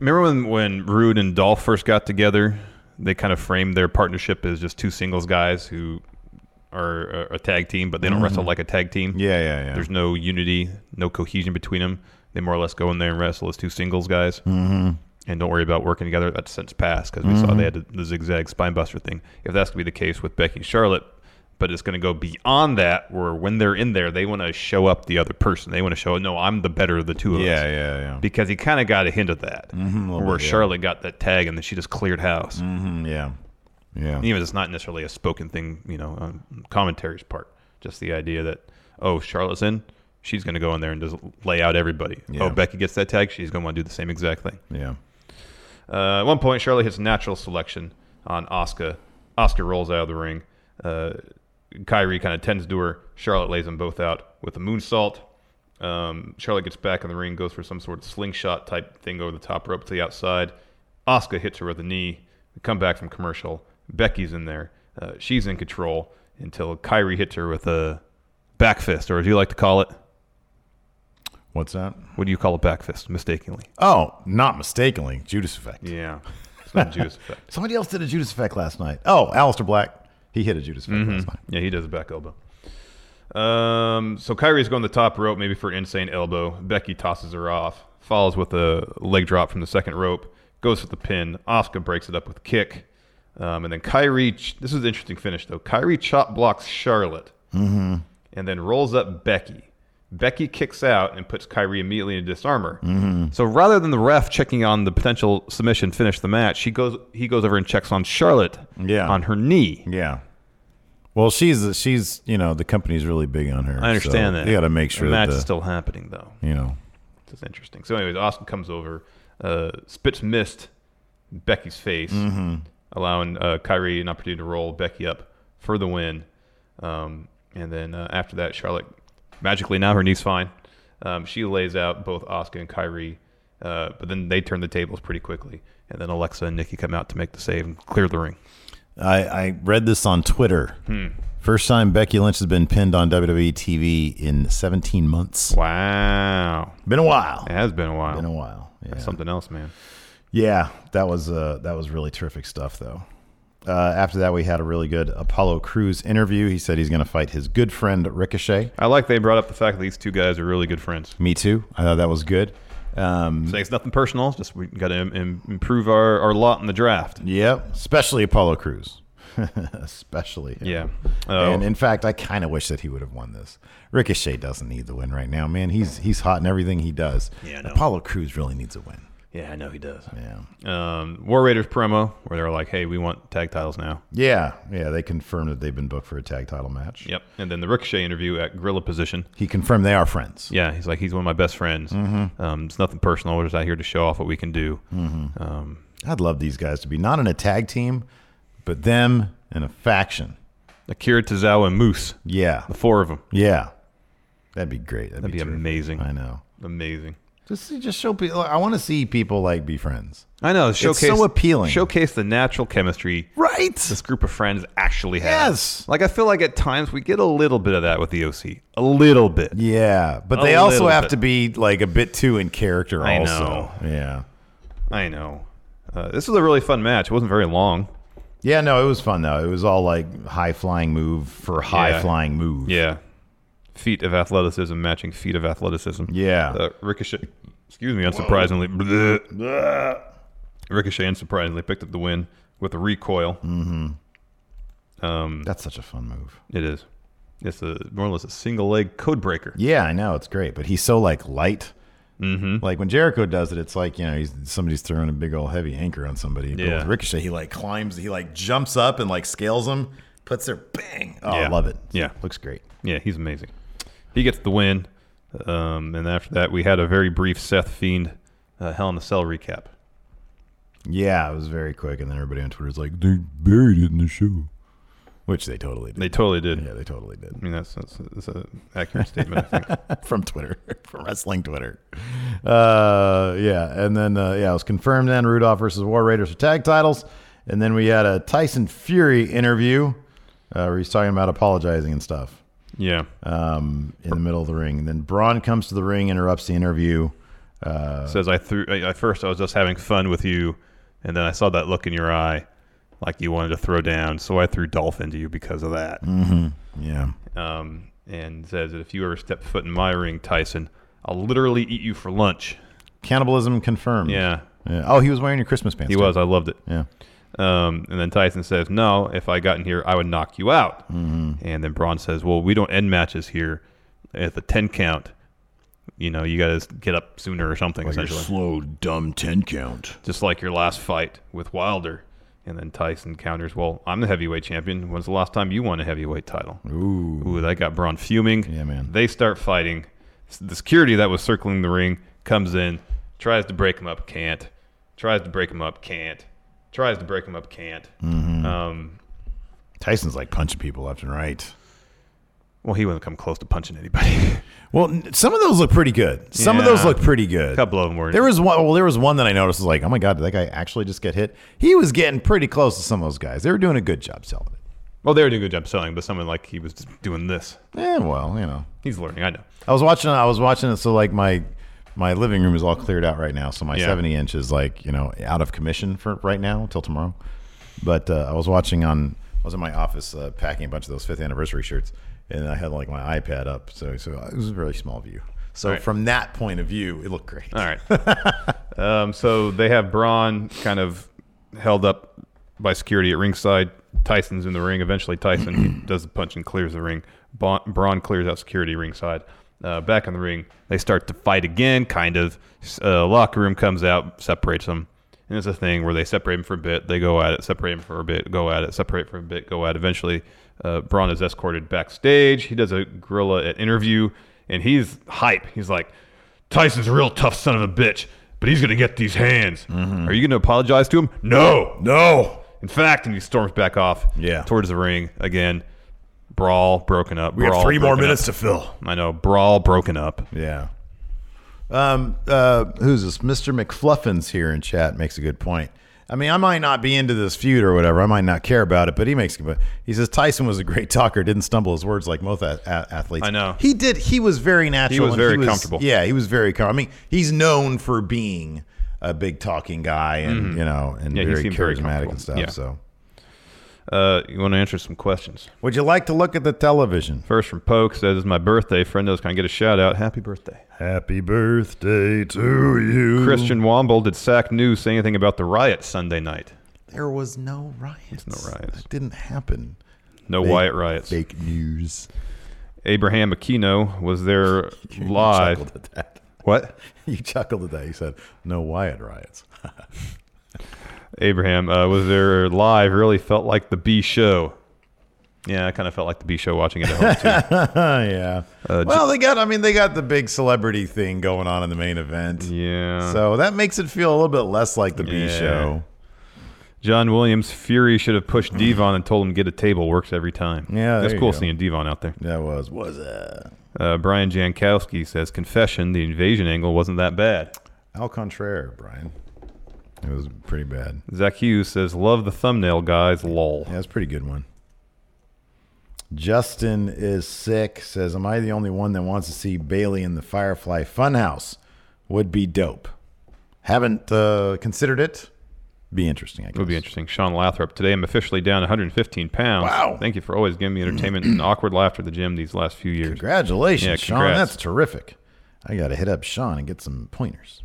S5: Remember when when Rude and Dolph first got together, they kind of framed their partnership as just two singles guys who are a, a tag team, but they don't wrestle like a tag team.
S4: Yeah, yeah, yeah.
S5: There's no unity, no cohesion between them. They more or less go in there and wrestle as two singles guys, mm-hmm. and don't worry about working together. That's since passed because we saw
S4: Mm-hmm.
S5: they had the zigzag spinebuster thing. If that's gonna be the case with Becky and Charlotte, but it's gonna go beyond that, where when they're in there, they want to show up the other person. They want to show, no, I'm the better of the two of us.
S4: yeah, Mm-hmm, yeah, yeah.
S5: Because he kind of got a hint of that, where Charlotte got that tag and then she just cleared house.
S4: Mm, yeah, yeah.
S5: Even if it's not necessarily a spoken thing, you know, on commentary's part, just the idea that oh, Charlotte's in, she's going to go in there and just lay out everybody.
S4: Yeah.
S5: Oh, Becky gets that tag, she's going to want to do the same exact thing.
S4: yeah.
S5: Uh, at one point, Charlotte hits natural selection on Oscar. Oscar rolls out of the ring. Uh, Kyrie kind of tends to her. Charlotte lays them both out with a moonsault. Um, Charlotte gets back in the ring, goes for some sort of slingshot type thing over the top rope to the outside. Oscar hits her with a knee. We come back from commercial. Becky's in there. Uh, she's in control until Kyrie hits her with a back fist, or as you like to call it,
S4: What's that?
S5: what do you call a back fist? Mistakenly.
S4: Oh, not mistakenly, Judas effect.
S5: Yeah. It's not a Judas effect.
S4: Somebody else did a Judas effect last night. Oh, Alistair Black. He hit a Judas
S5: Mm-hmm.
S4: effect last night.
S5: Yeah, he does a back elbow. Um, so Kyrie's going the top rope, maybe for an insane elbow. Becky tosses her off, follows with a leg drop from the second rope, goes for the pin. Oscar breaks it up with a kick, um, and then Kyrie. ch- This is an interesting finish though. Kyrie chop blocks Charlotte, and then rolls up Becky. Becky kicks out and puts Kyrie immediately in disarmor. So rather than the ref checking on the potential submission finish the match, she goes he goes over and checks on Charlotte
S4: Yeah.
S5: on her knee.
S4: Yeah. Well, she's she's you know the company's really big on her.
S5: I understand
S4: so
S5: that.
S4: You got to make sure
S5: the
S4: that
S5: match
S4: the,
S5: is still happening, though.
S4: you know.
S5: It's interesting. So, anyways, Austin comes over, uh, spits mist in Becky's face,
S4: Mm-hmm.
S5: allowing uh, Kyrie an opportunity to roll Becky up for the win. Um, and then uh, after that, Charlotte magically now her knee's fine. Um, she lays out both Oscar and Kyrie, uh, but then they turn the tables pretty quickly. And then Alexa and Nikki come out to make the save and clear the ring.
S4: I, I read this on Twitter.
S5: Hmm.
S4: First time Becky Lynch has been pinned on WWE TV in 17 months.
S5: Wow,
S4: Been a while.
S5: it has been a while.
S4: Been a while. Yeah.
S5: Something else, man.
S4: Yeah, that was uh, that was really terrific stuff, though. Uh, after that, we had a really good Apollo Cruz interview. He said he's going to fight his good friend Ricochet.
S5: I like they brought up the fact that these two guys are really good friends.
S4: Me too. I thought that was good. Um,
S5: Say it's nothing personal. it's Just we got to Im- improve our, our lot in the draft.
S4: yep, especially Apollo Cruz. [LAUGHS] especially. him.
S5: Yeah. Oh,
S4: And in fact, I kind of wish that he would have won this. Ricochet doesn't need the win right now, man. He's he's hot in everything he does.
S5: Yeah, I know.
S4: Apollo Cruz really needs a win.
S5: yeah, I know he does.
S4: Yeah.
S5: Um, War Raiders promo where they're like, "Hey, we want tag titles now."
S4: Yeah, yeah. They confirmed that they've been booked for a tag title match.
S5: Yep. And then the Ricochet interview at Gorilla Position.
S4: He confirmed they are friends.
S5: Yeah, he's like, he's one of my best friends.
S4: Mm-hmm.
S5: Um, it's nothing personal. We're just out here to show off what we can do.
S4: Hmm. I'd love these guys to be not in a tag team, but them in a faction.
S5: Akira Tozawa and Moose,
S4: Yeah,
S5: the four of them.
S4: yeah. That'd be great. That'd,
S5: That'd be
S4: terrific.
S5: amazing.
S4: I know.
S5: Amazing.
S4: Just just show people. I want to see people like be friends.
S5: I know. Showcase
S4: so appealing.
S5: Showcase the natural chemistry
S4: Right.
S5: this group of friends actually has.
S4: Yes.
S5: Like I feel like at times we get a little bit of that with the OC. A little bit.
S4: Yeah, but
S5: A
S4: they also
S5: little
S4: have
S5: bit.
S4: to be like a bit too in character.
S5: I
S4: also, yeah,
S5: I know. Uh, this was a really fun match. It wasn't very long.
S4: yeah. No, it was fun though. It was all like high flying move for high
S5: Yeah.
S4: flying move.
S5: Yeah. Feet of athleticism matching feet of athleticism.
S4: Yeah.
S5: Uh, Ricochet, excuse me, unsurprisingly, bleh. [LAUGHS] Ricochet unsurprisingly picked up the win with a recoil.
S4: Mm.
S5: Um,
S4: that's such a fun move.
S5: It is. It's a more or less a single leg code breaker.
S4: Yeah, I know it's great, but he's so like light
S5: Mm-hmm.
S4: Like when Jericho does it, it's like you know he's somebody's throwing a big old heavy anchor on somebody. But
S5: Yeah.
S4: with Ricochet, he like climbs, he like jumps up and like scales them, puts their bang. Oh, I
S5: Yeah.
S4: love it.
S5: Yeah.
S4: looks great.
S5: Yeah, he's amazing. He gets the win. Um, and after that, we had a very brief Seth Fiend uh, Hell in a Cell recap.
S4: Yeah, it was very quick, and then everybody on Twitter was like, "They buried it in the show," which they totally did.
S5: They totally did.
S4: yeah, they totally did.
S5: I mean, that's, that's, that's an accurate statement,
S4: [LAUGHS]
S5: I think.
S4: from Twitter, from wrestling Twitter. Uh, yeah, and then uh, yeah, it was confirmed then Rudolph versus War Raiders for tag titles, and then we had a Tyson Fury interview uh, where he's talking about apologizing and stuff
S5: Yeah.
S4: um, in the middle of the ring. And then Braun comes to the ring, interrupts the interview.
S5: says I threw. I- At first, I was just having fun with you, and then I saw that look in your eye, like you wanted to throw down. So I threw Dolph into you because of that.
S4: Mm. Yeah,
S5: Um, and says that if you ever step foot in my ring, Tyson, I'll literally eat you for lunch.
S4: cannibalism confirmed.
S5: Yeah,
S4: Yeah. Oh, he was wearing your Christmas pants.
S5: he
S4: too.
S5: was. I loved it.
S4: Yeah.
S5: Um, and then Tyson says, "No, if I got in here, I would knock you out."
S4: Mm-hmm.
S5: And then Braun says, "Well, we don't end matches here at the ten count. You know, you got to get up sooner or something."
S6: Your
S5: essentially,
S6: slow, dumb 10 count.
S5: just like your last fight with Wilder. And then Tyson counters, "Well, I'm the heavyweight champion. When's the last time you won a heavyweight title?" Ooh, that got Braun fuming.
S4: Yeah, man.
S5: They start fighting. S- The security that was circling the ring comes in, tries to break him up, can't. Tries to break him up, can't. Tries to break him up, can't.
S4: Mm-hmm.
S5: Um,
S4: Tyson's like punching people left and right.
S5: well, he wouldn't come close to punching anybody. [LAUGHS]
S4: Well, n- some of those look pretty good. Some of
S5: Yeah.
S4: those look pretty good.
S5: a couple of them were.
S4: There was one. Well, there was one that I noticed was like, oh my god, did that guy actually just get hit? He was getting pretty close to some of those guys. They were doing a good job selling it.
S5: well, they were doing a good job selling, but someone like he was just doing this.
S4: Yeah, Eh, well, you know,
S5: He's learning. I know.
S4: I was watching. I was watching it. So like my my living room is all cleared out right now. So my
S5: Yeah.
S4: seventy inch is like you know out of commission for right now till tomorrow. But uh, I was watching on. I was in my office uh, packing a bunch of those fifth anniversary shirts, and I had like my iPad up. So so it was a really small view. So
S5: Right.
S4: from that point of view, it looked great.
S5: All right. um, so they have Braun kind of held up by security at ringside. Tyson's in the ring. Eventually, Tyson does the punch and clears the ring. Bon- Braun clears out security ringside. Uh, back in the ring, they start to fight again, kind of. S- Uh, locker room comes out, separates them. And it's a thing where they separate them for a bit. They go at it, separate them for a bit, go at it, separate for a bit, go at it. Eventually, uh, Braun is escorted backstage. He does a gorilla at interview, and he's hype. He's like, Tyson's a real tough son of a bitch, but he's going to get these hands.
S4: Mm-hmm.
S5: Are you going to apologize to him? No.
S4: No.
S5: In fact, and he storms back off
S4: Yeah.
S5: towards the ring again. Brawl broken up.
S6: We have three more minutes to fill.
S5: I know. Brawl broken up.
S4: Yeah. Um, uh, who's this? Mr. McFluffins here in chat makes a good point. I mean, I might not be into this feud or whatever. I might not care about it, but he makes. but He says Tyson was a great talker, didn't stumble his words like most a- a- athletes.
S5: I know.
S4: he did. He was very natural.
S5: was
S4: and
S5: very comfortable.
S4: Yeah, he was very comfortable. I mean, he's known for being a big talking guy, and you know, and
S5: Mm-hmm. Yeah, he
S4: very
S5: seemed very
S4: charismatic
S5: comfortable.
S4: and stuff.
S5: Yeah.
S4: So,
S5: Uh, you want to answer some questions?
S4: would you like to look at the television?
S5: First from Poke says, It's my birthday. Friendos, can I get a shout out? Happy birthday.
S4: Happy birthday to you,
S5: Christian Womble, did SAC News say anything about the riot Sunday night?
S4: There was no riots.
S5: no riots.
S4: That didn't happen.
S5: No
S4: Fake-
S5: Wyatt riots.
S4: Fake news.
S5: Abraham Aquino was there
S4: [LAUGHS] You
S5: [LAUGHS] live.
S4: chuckled at that. [LAUGHS]
S5: What?
S4: You chuckled at that. You said, no Wyatt riots. [LAUGHS]
S5: Abraham uh, was there live. Really felt like the B show. Yeah, I kind of felt like the B show watching it at home
S4: yeah.
S5: Uh,
S4: well, they got, I mean, they got the big celebrity thing going on in the main event. [LAUGHS]
S5: too. yeah.
S4: So that makes it feel a little bit less like the B
S5: Yeah.
S4: show.
S5: John Williams, Fury should have pushed Devon and told him get a table. Works every time.
S4: Yeah, there
S5: that's
S4: you
S5: cool
S4: go.
S5: seeing Devon out there.
S4: That was, was uh,
S5: Uh, Brian Jankowski says confession: the invasion angle wasn't that bad.
S4: Al Contraire, Brian. It was pretty bad.
S5: Zach Hughes says love the thumbnail guys. Lol.
S4: Yeah, that's a pretty good one. Justin is sick. Says, "Am I the only one that wants to see Bailey in the Firefly Funhouse? Would be dope. Haven't uh, considered it. Be interesting. I guess.
S5: It would be interesting. Sean Lathrop. Today I'm officially down 115 pounds.
S4: Wow.
S5: Thank you for always giving me
S4: [CLEARS THROAT]
S5: entertainment and awkward laughter at the gym these last few years.
S4: Congratulations,
S5: Yeah,
S4: Sean.
S5: congrats.
S4: That's terrific. I got to hit up Sean and get some pointers.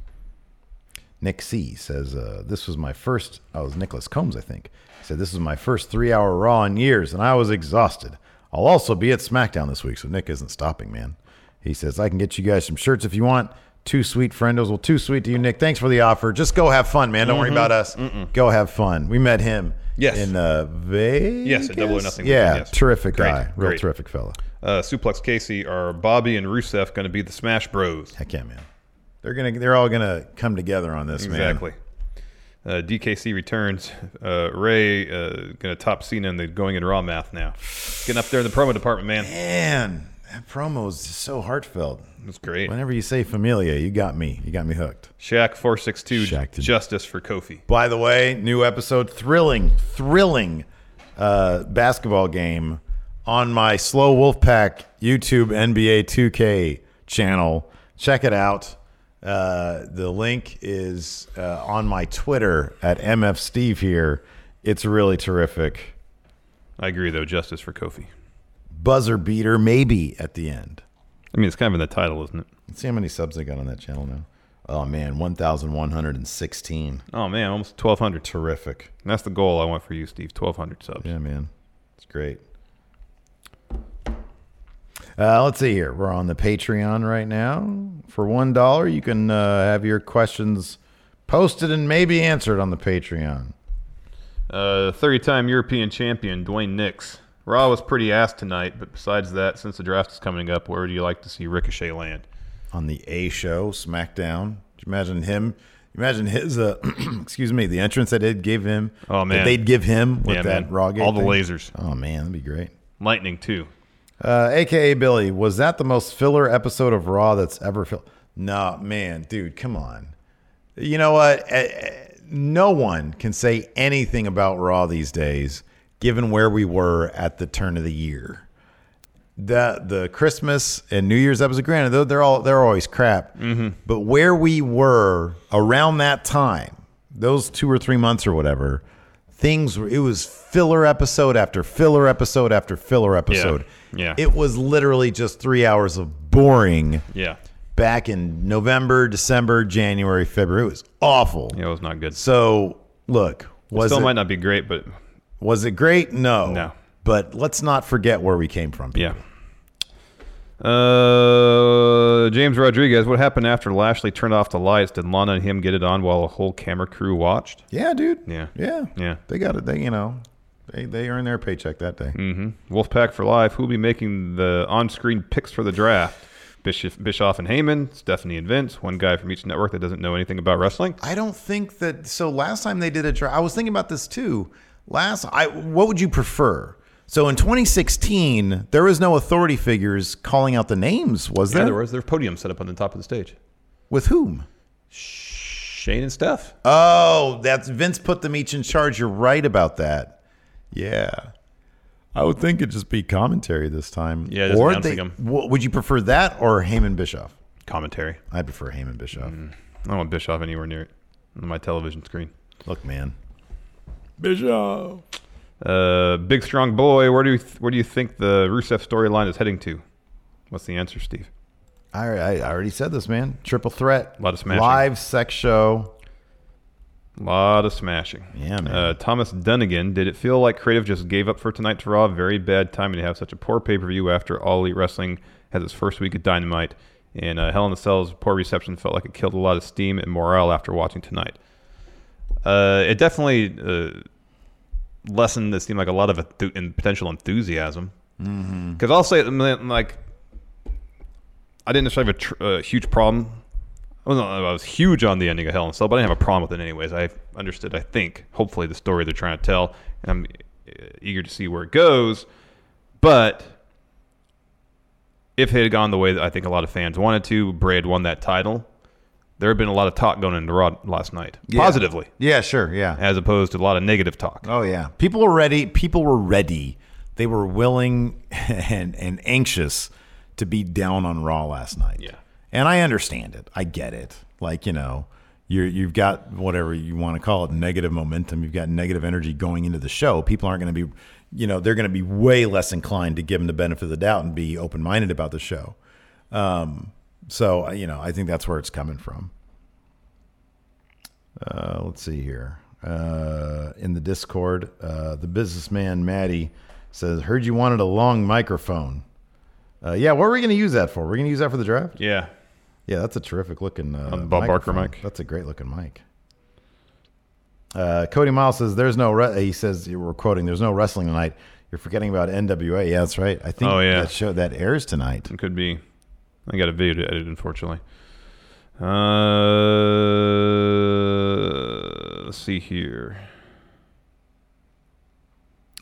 S4: Nick C says, uh, This was my first, oh, it was Nicholas Combs, I think. He said, This was my first three hour Raw in years, and I was exhausted. I'll also be at SmackDown this week, so Nick isn't stopping, man. He says, I can get you guys some shirts if you want. Too sweet, friendos. Well, too sweet to you, Nick. Thanks for the offer. Just go have fun, man. Don't worry about us. Go have fun. We met him.
S5: Mm-hmm. Yes.
S4: In uh, Vegas.
S5: Yes, at Double or Nothing
S4: Yeah,
S5: weekend, yes.
S4: terrific
S5: Great,
S4: guy. Real
S5: great.
S4: terrific fella.
S5: Uh, Suplex Casey are Bobby and Rusev going to be the Smash Bros?
S4: Heck yeah, man. They're gonna. They're all gonna come together on this, man.
S5: Exactly. Uh, DKC returns. Uh, Ray uh, going to top Cena in the going in raw math now. Getting up there in the promo department, man.
S4: Man, that promo is just so heartfelt.
S5: That's great.
S4: Whenever you say familia, you got me. You got me hooked.
S5: Shaq four six two.
S4: Shaq did-
S5: Justice for Kofi.
S4: By the way, new episode, thrilling, thrilling uh, basketball game on my Slow Wolfpack YouTube NBA 2K channel. Check it out. Uh, the link is uh, on my Twitter at MFSteve here. It's really terrific.
S5: I agree though. Justice for Kofi.
S4: Buzzer beater, maybe at the end.
S5: I mean, it's kind of in the title, isn't it?
S4: Let's see how many subs I got on that channel now. Oh man, 1,116.
S5: Oh man, almost twelve hundred.
S4: Terrific.
S5: That's the goal I want for you, Steve. Twelve hundred subs.
S4: Yeah, man. It's great. Uh, let's see here. We're on the Patreon right now. For $1, you can uh, have your questions posted and maybe answered on the Patreon.
S5: Uh, 30-time European champion Dwayne Nix. Raw was pretty ass tonight, but besides that, since the draft is coming up, where do you like to see Ricochet land?
S4: On the A show, SmackDown. Could you imagine him? Imagine his, uh, [CLEARS THROAT] excuse me, the entrance that they'd give him.
S5: Oh, man.
S4: That they'd give him with
S5: Yeah,
S4: that
S5: man.
S4: Raw Gate
S5: All the
S4: thing.
S5: lasers.
S4: Oh, man. That'd be great.
S5: Lightning too.
S4: Uh, AKA Billy, was that the most filler episode of Raw that's ever filled? Nah, man, dude, come on. You know what? Eh, eh, No one can say anything about Raw these days, given where we were at the turn of the year. The the Christmas and New Year's episode, granted, though they're all they're always crap.
S5: Mm-hmm.
S4: But where we were around that time, those two or three months or whatever, things were it was filler episode after filler episode after filler episode.
S5: Yeah.
S4: It was literally just three hours of boring
S5: Yeah.
S4: back in November, December, January, February. It was awful.
S5: Yeah, it was not good.
S4: So look, was
S5: Still
S4: it,
S5: might not be great, but
S4: was it great? No.
S5: No.
S4: But let's not forget where we came from.
S5: yeah. Uh, James Rodriguez, what happened after Lashley turned off the lights? Did Lana and him get it on while a whole camera crew watched?
S4: Yeah, dude.
S5: Yeah.
S4: Yeah.
S5: Yeah.
S4: They got it. They you know, they they earned their paycheck that day.
S5: Mm. Wolfpack for life. Who'll be making the on-screen picks for the draft? Bischoff, Bischoff and Heyman, Stephanie and Vince, one guy from each network that doesn't know anything about wrestling.
S4: I don't think that. So last time they did a draft, I was thinking about this too. Last, I what would you prefer? So in 2016, there was no authority figures calling out the names, was there?
S5: was their podium set up on the top of the stage.
S4: With whom?
S5: Shane and Steph.
S4: Oh, that's Vince put them each in charge. You're right about that. Yeah. I would think it'd just be commentary this time.
S5: Yeah, it doesn't
S4: or
S5: sound
S4: they,
S5: like 'em.
S4: w- would you prefer that or Heyman Bischoff?
S5: Commentary.
S4: I prefer Heyman Bischoff.
S5: I don't want Bischoff anywhere near it on my television screen.
S4: Look, man,
S6: Bishop.
S5: Uh, big strong boy. Where do you th- where do you think the Rusev storyline is heading to? What's the answer, Steve?
S4: I, I I already said this, man. Triple threat,
S5: Lot of smashing.
S4: live sex show.
S5: A lot of smashing.
S4: Yeah, man.
S5: Uh, Thomas Dunnigan. Did it feel like creative just gave up for tonight to Raw? Very bad timing to have such a poor pay per view after All Elite Wrestling has its first week of Dynamite, and uh, Hell in a Cell's poor reception felt like it killed a lot of steam and morale after watching tonight. Uh, it definitely uh, lessened. It seemed like a lot of enthu- and potential enthusiasm.
S4: Mm-hmm.
S5: Because I'll say, man, like, I didn't necessarily have a tr- uh, huge problem. Well, no, I was huge on the ending of Hell in a Cell, but I didn't have a problem with it anyways. I understood, I think, hopefully, the story they're trying to tell, and I'm uh, eager to see where it goes. But if it had gone the way that I think a lot of fans wanted to, Bray had won that title. There had been a lot of talk going into Raw last night, positively,
S4: Yeah, sure, yeah.
S5: as opposed to a lot of negative talk.
S4: Oh yeah, people were ready. People were ready. They were willing [LAUGHS] and and anxious to be down on Raw last night.
S5: Yeah.
S4: and I understand it. I get it. Like you know, you you've got whatever you want to call it, negative momentum. You've got negative energy going into the show. People aren't going to be, you know, they're going to be way less inclined to give them the benefit of the doubt and be open minded about the show. Um, so you know, I think that's where it's coming from. Uh, let's see here. Uh, in the Discord, uh, the businessman Maddie says, "Heard you wanted a long microphone." Uh, yeah, what are we going to use that for? We're going to use that for the draft.
S5: Yeah.
S4: Yeah, that's a terrific looking uh,
S5: On the Bob Barker
S4: microphone.
S5: mic.
S4: That's a great looking mic. Uh, Cody Miles says, "There's no." Re-, he says, "We're quoting. There's no wrestling tonight. You're forgetting about NWA. Yeah, that's right. I think
S5: Oh, yeah.
S4: that show that airs tonight.
S5: It could be. I got a video to edit, unfortunately. Uh, let's see here.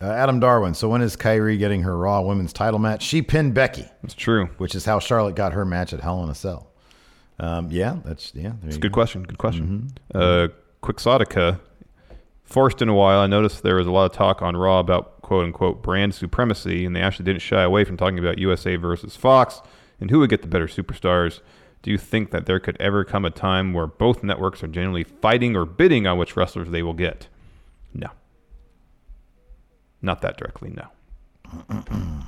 S4: Uh, Adam Darwin. So when is Kyrie getting her Raw Women's Title match? She pinned Becky,
S5: It's true.
S4: which is how Charlotte got her match at Hell in a Cell. Um, yeah, that's yeah. There
S5: It's
S4: you
S5: a good
S4: go.
S5: question. Good question. Uh, Quixotica. Forced in a while, I noticed there was a lot of talk on Raw about quote unquote brand supremacy, and they actually didn't shy away from talking about USA versus Fox and who would get the better superstars. Do you think that there could ever come a time where both networks are generally fighting or bidding on which wrestlers they will get? No. Not that directly, no.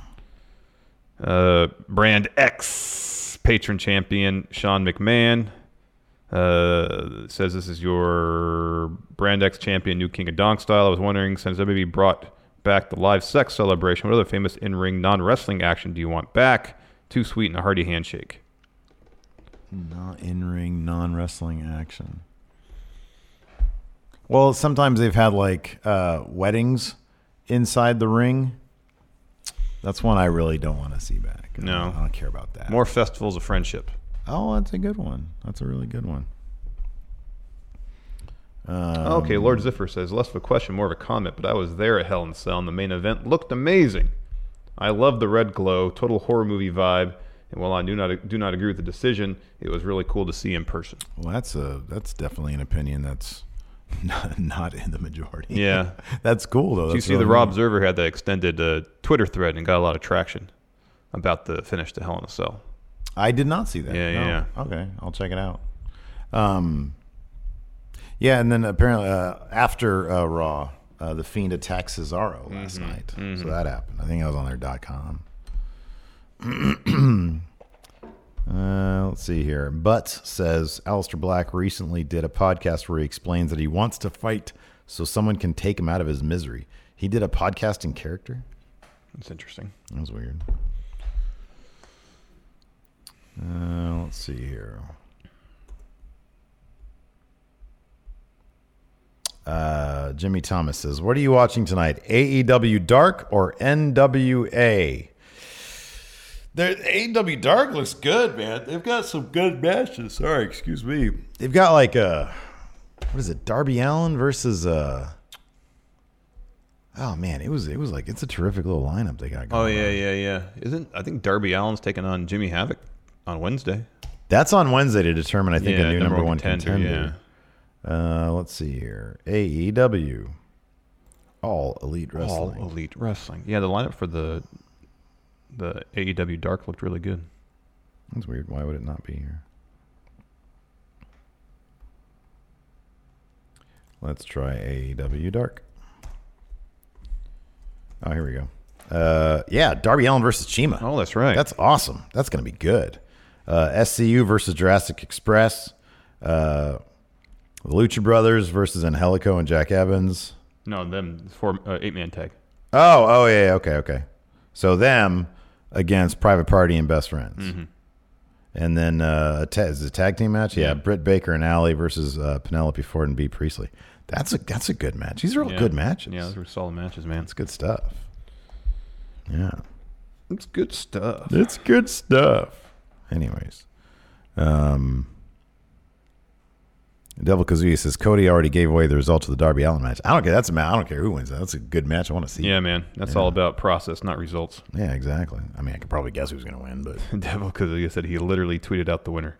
S5: uh, brand X patron champion Sean McMahon uh, says this is your Brand X champion, new King of Donk style. I was wondering, since WWE brought back the live sex celebration, what other famous in ring non wrestling action do you want back? Too sweet and a hearty handshake.
S4: Non in ring, non wrestling action. Well, sometimes they've had like uh, weddings inside the ring. That's one I really don't want to see back. I
S5: No.
S4: don't- I don't care about that.
S5: More festivals of friendship.
S4: Oh, that's a good one. That's a really good one.
S5: Um, okay, Lord Ziffer says less of a question, more of a comment, but I was there at Hell in a Cell, and the main event looked amazing. I love the red glow, total horror movie vibe, and while I do not do not agree with the decision, it was really cool to see in person.
S4: Well, that's a that's definitely an opinion that's [LAUGHS] not, not in the majority.
S5: [LAUGHS] Yeah.
S4: that's cool though.
S5: Did you
S4: That's
S5: see the
S4: really
S5: Rob
S4: neat.
S5: Observer had the extended uh, Twitter thread and got a lot of traction about the finish to Hell in a Cell.
S4: I did not see that.
S5: Yeah, yeah,
S4: no. Okay, I'll check it out. Um, yeah, and then apparently uh, after uh, Raw, uh, the Fiend attacked Cesaro last
S5: Mm-hmm.
S4: night, so that happened. I think I was on their dot com. [CLEARS THROAT] Uh, let's see here. Butts says Alistair Black recently did a podcast where he explains that he wants to fight so someone can take him out of his misery. He did a podcast in character.
S5: It's interesting.
S4: That was weird. Uh, let's see here. Uh, Jimmy Thomas says, "What are you watching tonight? AEW Dark or NWA?"
S6: Their AW Dark looks good, man. They've got some good matches. Sorry, excuse me.
S4: They've got like a what is it? Darby Allen versus uh Oh man, it was it was like it's a terrific little lineup they got going.
S5: Oh yeah, yeah, yeah. Isn't I think Darby Allen's taking on Jimmy Havoc on Wednesday.
S4: That's on Wednesday to determine I think
S5: yeah,
S4: a new number, one contender.
S5: Yeah.
S4: Uh, let's see here. AEW, All Elite
S5: All
S4: Wrestling.
S5: Elite Wrestling. Yeah, the lineup for the the AEW Dark looked really good.
S4: That's weird. Why would it not be here? Let's try AEW Dark. Oh, here we go. Uh, yeah, Darby Allen versus Chima.
S5: Oh, that's right.
S4: That's awesome. That's going to be good. Uh, SCU versus Jurassic Express. Uh, the Lucha Brothers versus Angelico and Jack Evans.
S5: no them four uh, eight man tag.
S4: Oh, oh yeah, yeah, okay, okay. So them against Private Party and Best Friends,
S5: Mm-hmm.
S4: and then uh, a ta- is it a tag team match. Yeah, Britt Baker and Allie versus uh, Penelope Ford and B Priestley. That's a that's a good match. These are all
S5: Yeah.
S4: good matches.
S5: Yeah, those were solid matches, man.
S4: it's good stuff. Yeah,
S5: It's good stuff.
S4: it's good stuff. Anyways, um. Devil Kazooie says Cody already gave away the results of the Darby Allen match. I don't care. That's a match. I don't care who wins that. That's a good match. I want to see.
S5: Yeah, man. That's all about process, not results. [LAUGHS]
S4: Yeah, exactly. I mean, I could probably guess who's going to win, but
S5: Devil Kazuya said he literally tweeted out the winner.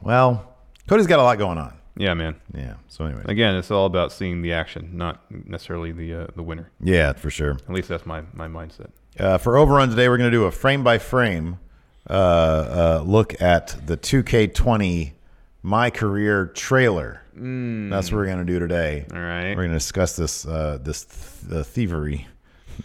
S4: Well, Cody's got a lot going on.
S5: Yeah, man.
S4: Yeah. So anyway.
S5: Again, it's all about seeing the action, not necessarily the uh, the winner.
S4: yeah, for sure.
S5: At least that's my, my mindset.
S4: Uh, for overrun today, we're going to do a frame by frame uh, uh, look at the 2K20 My Career trailer. That's what we're going to do today.
S5: Mm. All right.
S4: We're going to discuss this uh, this th- uh, thievery,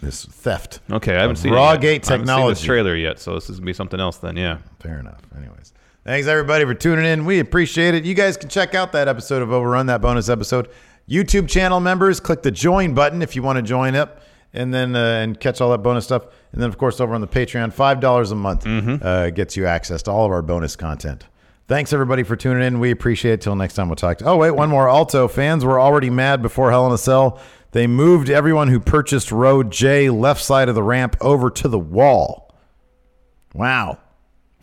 S4: this theft.
S5: Okay, I haven't
S4: of
S5: seen it
S4: raw
S5: yet.
S4: gate
S5: I haven't seen this
S4: technology.
S5: trailer yet, so this is gonna be something else then. Yeah.
S4: Fair enough. Anyways, thanks everybody for tuning in. We appreciate it. You guys can check out that episode of Overrun, that bonus episode. YouTube channel members, click the join button if you want to join up, and then uh, and catch all that bonus stuff. And then of course over on the Patreon, five dollars a month uh, gets you access to all of our bonus content. Thanks everybody for tuning in. We appreciate it. Till next time, we'll talk. To- oh wait, one more. Alto fans were already mad before Hell in a Cell. They moved everyone who purchased row J left side of the ramp over to the wall. Wow.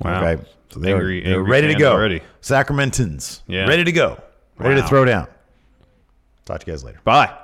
S5: Wow.
S4: Okay. So they
S5: Angry-
S4: were, they were
S5: angry
S4: ready to
S5: fans
S4: go.
S5: already.
S4: Sacramentans.
S5: Yeah.
S4: Ready to go. Ready to
S5: Wow.
S4: throw down. Talk to you guys later.
S5: Bye.